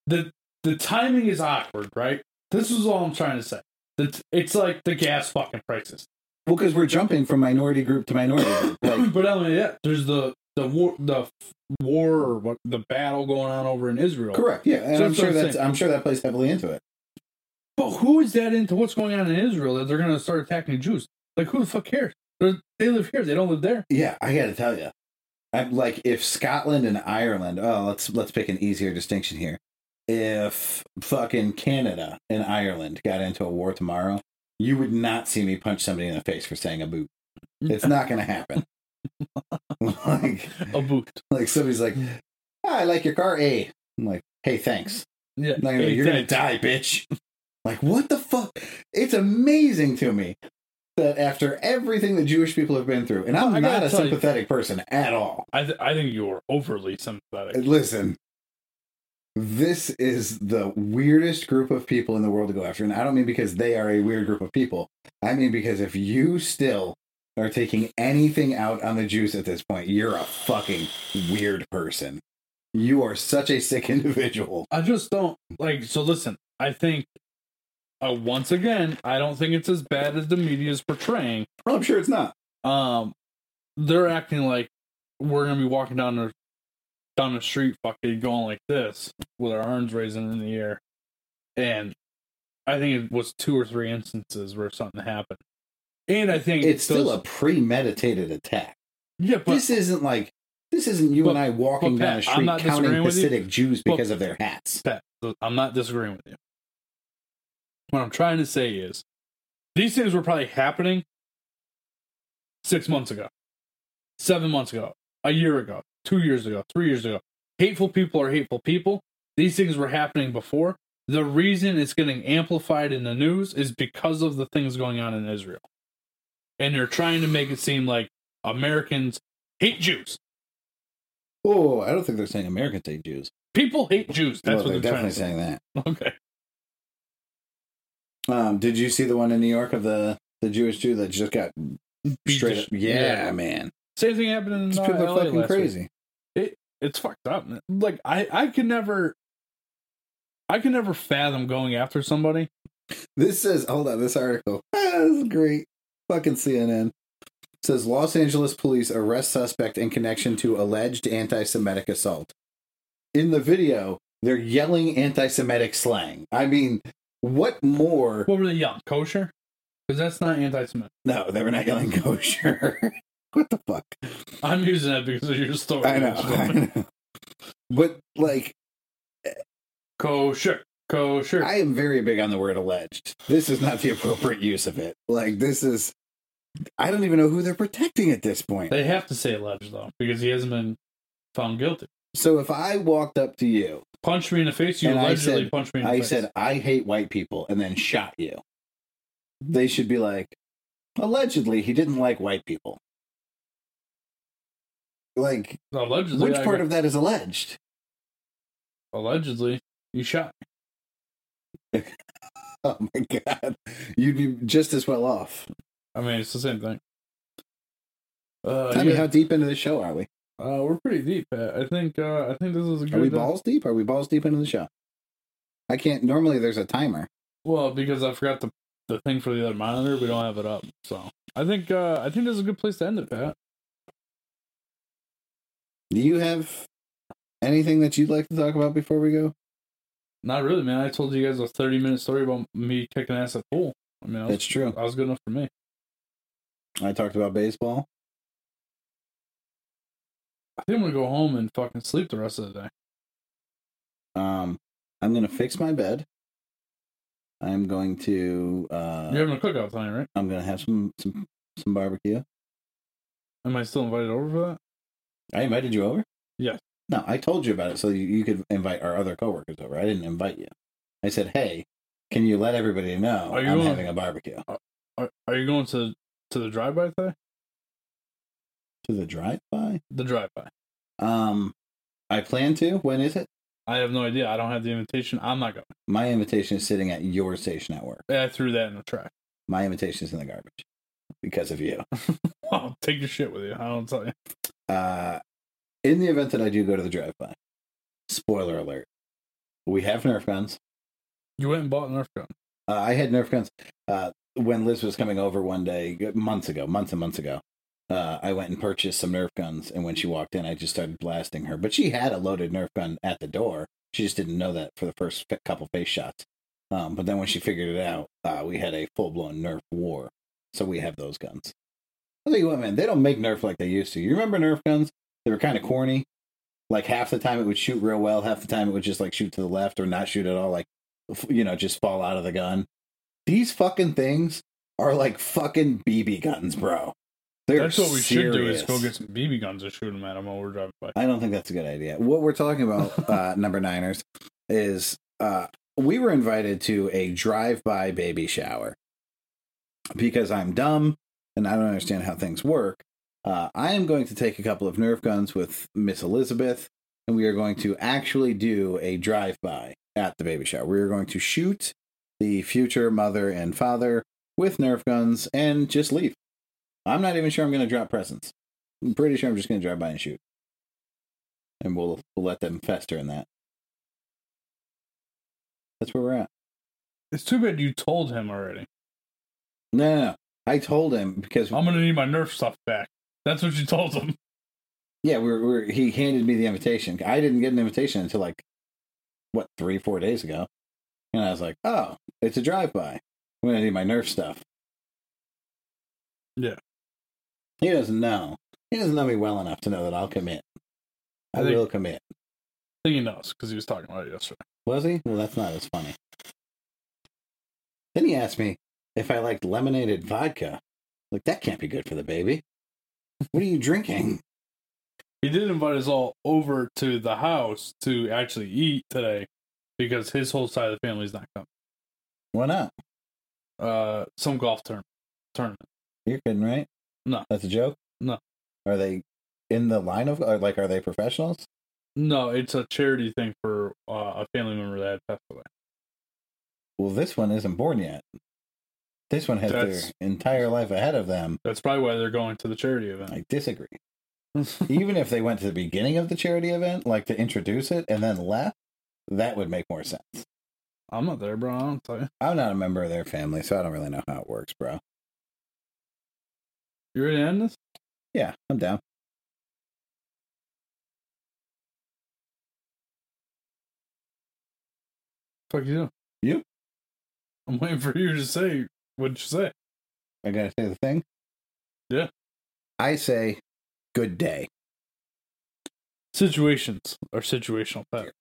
Speaker 2: the the timing is awkward, right? This is all I'm trying to say. The, it's like the gas fucking prices.
Speaker 1: Well, because we're jumping from minority group to minority group. Like,
Speaker 2: but I mean, yeah, there's the the war, the f- war, or what, the battle going on over in Israel.
Speaker 1: correct. Yeah, and
Speaker 2: So
Speaker 1: I'm
Speaker 2: that's
Speaker 1: sure
Speaker 2: what I'm
Speaker 1: that's
Speaker 2: saying.
Speaker 1: I'm sure that plays heavily into it.
Speaker 2: But who is that into what's going on in Israel that they're going to start attacking Jews? Like, who the fuck cares? They're, they live here. They don't live there.
Speaker 1: Yeah, I got to tell you, I'm like if Scotland and Ireland. Oh, let's let's pick an easier distinction here. If fucking Canada and Ireland got into a war tomorrow, you would not see me punch somebody in the face for saying a boot. It's not going to happen. like
Speaker 2: A boot.
Speaker 1: like somebody's like, "Ah, I like your car, A. I'm like, hey, thanks.
Speaker 2: Yeah.
Speaker 1: Not gonna-
Speaker 2: Hey,
Speaker 1: you're gonna
Speaker 2: thanks.
Speaker 1: die, bitch. Like, what the fuck? It's amazing to me that after everything the Jewish people have been through, and I'm
Speaker 2: I gotta
Speaker 1: not a
Speaker 2: tell you-
Speaker 1: sympathetic person at all.
Speaker 2: I, th- I think you're overly sympathetic.
Speaker 1: Listen, this is the weirdest group of people in the world to go after, and I don't mean because they are a weird group of people. I mean because if you still are taking anything out on the Jews at this point, you're a fucking weird person. You are such a sick individual.
Speaker 2: I just don't like. So listen, I think uh, once again, I don't think it's as bad as the media is portraying.
Speaker 1: Well, I'm sure it's not.
Speaker 2: Um, they're acting like we're gonna be walking down the down the street, fucking going like this with our arms raising in the air, and I think it was two or three instances where something happened, and I think
Speaker 1: It's still a
Speaker 2: those-
Speaker 1: premeditated attack.
Speaker 2: yeah, but
Speaker 1: this isn't like this isn't you
Speaker 2: But-
Speaker 1: and I walking
Speaker 2: but,
Speaker 1: down the
Speaker 2: Pat, I'm
Speaker 1: street
Speaker 2: not
Speaker 1: counting
Speaker 2: disagreeing with you.
Speaker 1: Hasidic Jews
Speaker 2: But-
Speaker 1: because of their hats.
Speaker 2: Pat, I'm not disagreeing with you. What I'm trying to say is these things were probably happening six months ago, seven months ago, a year ago, two years ago, three years ago. Hateful people are hateful people. These things were happening before. The reason it's getting amplified in the news is because of the things going on in Israel. And they're trying to make it seem like Americans hate Jews.
Speaker 1: Oh, I don't think they're saying Americans hate Jews.
Speaker 2: People hate Jews. That's
Speaker 1: Well,
Speaker 2: what
Speaker 1: they're
Speaker 2: they're trying
Speaker 1: definitely
Speaker 2: to say.
Speaker 1: saying that.
Speaker 2: Okay.
Speaker 1: Um, did you see the one in New York of the the Jewish Jew that just got
Speaker 2: Beat
Speaker 1: straight
Speaker 2: the
Speaker 1: up?
Speaker 2: sh-
Speaker 1: Yeah, man.
Speaker 2: Same thing happened in
Speaker 1: These
Speaker 2: uh,
Speaker 1: people
Speaker 2: LA
Speaker 1: are fucking
Speaker 2: last week.
Speaker 1: crazy.
Speaker 2: It's fucked up. man. Like I, I can never, I can never fathom going after somebody.
Speaker 1: This says, hold on, this article. Ah, this is great. Fucking CNN. It says Los Angeles police arrest suspect in connection to alleged anti Semitic assault. In the video, they're yelling anti Semitic slang. I mean, what more?
Speaker 2: What were they yelling? Kosher? Because that's not anti-Semitic.
Speaker 1: No, they were not yelling kosher. what the fuck?
Speaker 2: I'm using that because of your story.
Speaker 1: I know, I know. But, like,
Speaker 2: Kosher, kosher.
Speaker 1: I am very big on the word alleged. This is not the appropriate use of it. Like this is I don't even know who they're protecting at this point.
Speaker 2: they have to say alleged though, because he hasn't been found guilty.
Speaker 1: So if I walked up to you,
Speaker 2: Punch me in the face. You
Speaker 1: And I
Speaker 2: allegedly
Speaker 1: said-
Speaker 2: punched me in the
Speaker 1: I
Speaker 2: face.
Speaker 1: said I hate white people and then shot you. They should be like allegedly he didn't like white people. Like
Speaker 2: allegedly.
Speaker 1: which
Speaker 2: I
Speaker 1: part
Speaker 2: got-
Speaker 1: of that is alleged?
Speaker 2: allegedly you shot? me.
Speaker 1: Oh my god. You'd be just as well off.
Speaker 2: I mean, it's the same thing. Uh,
Speaker 1: Tell me
Speaker 2: yeah.
Speaker 1: how deep into the show are we?
Speaker 2: uh, we're pretty deep. Pat. I think. Uh, I think this is a good.
Speaker 1: Are we
Speaker 2: uh,
Speaker 1: balls deep? Are we balls deep into the show? I can't normally there's a timer.
Speaker 2: Well, because I forgot the the thing for the other monitor, we don't have it up. So I think uh I think this is a good place to end it, Pat.
Speaker 1: Do you have anything that you'd like to talk about before we go?
Speaker 2: Not really, man. I told you guys a 30 minute story about me kicking ass at pool. I mean, I was,
Speaker 1: That's true.
Speaker 2: I was good enough for me.
Speaker 1: I talked about baseball.
Speaker 2: I think I'm gonna go home and fucking sleep the rest of the day.
Speaker 1: Um, I'm gonna fix my bed. I'm going to. Uh,
Speaker 2: You're having a cookout tonight, right?
Speaker 1: I'm gonna have some some some barbecue.
Speaker 2: Am I still invited over for that?
Speaker 1: I invited you over.
Speaker 2: Yes.
Speaker 1: No, I told you about it so you, you could invite our other coworkers over. I didn't invite you. I said, "Hey, can you let everybody know
Speaker 2: Are you
Speaker 1: I'm
Speaker 2: on-
Speaker 1: having a barbecue
Speaker 2: Are, are you going to to the drive by today?
Speaker 1: to the drive-by?"
Speaker 2: The drive by.
Speaker 1: Um, I plan to. When is it?
Speaker 2: I have no idea. I don't have the invitation. I'm not going.
Speaker 1: My invitation is sitting at your station at work.
Speaker 2: Yeah, I threw that in the trash.
Speaker 1: My invitation is in the garbage because of you.
Speaker 2: I'll take your shit with you. I don't tell you.
Speaker 1: Uh, in the event that I do go to the drive-by, spoiler alert, we have Nerf guns.
Speaker 2: You went and bought an Nerf gun.
Speaker 1: Uh, I had Nerf guns uh, when Liz was coming over one day, g- months ago, months and months ago. Uh, I went and purchased some Nerf guns, and when she walked in, I just started blasting her. But she had a loaded Nerf gun at the door. She just didn't know that for the first fi- couple face shots. Um, but then when she
Speaker 2: Mm-hmm.
Speaker 1: figured it out, uh, we had a full blown Nerf war. So we have those guns. I tell you what, man, they don't make Nerf like they used to. You remember Nerf guns? They were
Speaker 2: Mm-hmm.
Speaker 1: kind of corny. Like half the time it would shoot real well, half the time it would just like shoot to the left or not shoot at all. Like f- you know, just fall out of the gun. These fucking things are like fucking BB guns, bro. They're
Speaker 2: That's what we should do is go
Speaker 1: serious.
Speaker 2: get some BB guns and shoot them at them while we're driving by.
Speaker 1: I don't think that's a good idea. What we're talking about, uh, number niners, is uh, we were invited to a drive-by baby shower because I'm dumb and I don't understand how things work. Uh, I am going to take a couple of Nerf guns with Miss Elizabeth, and we are going to actually do a drive-by at the baby shower. We are going to shoot the future mother and father with Nerf guns and just leave. I'm not even sure I'm going to drop presents. I'm pretty sure I'm just going to drive by and shoot and we'll, we'll let them fester in that. That's where we're at.
Speaker 2: It's too bad you told him already.
Speaker 1: No, no, no. I told him because
Speaker 2: I'm gonna need my Nerf stuff back. That's what you told him.
Speaker 1: yeah, we were, we were, he handed me the invitation. I didn't get an invitation until like what three, four days ago, and I was like, oh, it's a drive by. I'm gonna need my Nerf stuff.
Speaker 2: Yeah.
Speaker 1: he doesn't know. He doesn't know me well enough to know that I'll commit. I,
Speaker 2: I think-
Speaker 1: will commit.
Speaker 2: I think he knows because he was talking about it yesterday.
Speaker 1: Was he? Well, that's not as funny. Then he asked me if I liked lemonade vodka. Like, that can't be good for the baby. What are you drinking?
Speaker 2: He did invite us all over to the house to actually eat today because his whole side of the family's not coming.
Speaker 1: Why not?
Speaker 2: Uh, some golf tournament. Tournament.
Speaker 1: You're kidding, right?
Speaker 2: No.
Speaker 1: That's a joke?
Speaker 2: No.
Speaker 1: Are they in the line of, or like, are they professionals?
Speaker 2: No, it's a charity thing for uh, a family member that had passed away.
Speaker 1: Well, this one isn't born yet. This one has
Speaker 2: That's-
Speaker 1: their entire life ahead of them.
Speaker 2: That's probably why they're going to the charity event.
Speaker 1: I disagree. Even if they went to the beginning of the charity event, like to introduce it and then left, that would make more sense.
Speaker 2: I'm not there, bro. I don't tell you.
Speaker 1: I'm not a member of their family, so I don't really know how it works, bro.
Speaker 2: You ready to end this?
Speaker 1: Yeah, I'm down.
Speaker 2: Fuck you. doing?
Speaker 1: You?
Speaker 2: I'm waiting for you to say what you say.
Speaker 1: I gotta say the thing.
Speaker 2: Yeah.
Speaker 1: I say good day.
Speaker 2: Situations are situational. Pat.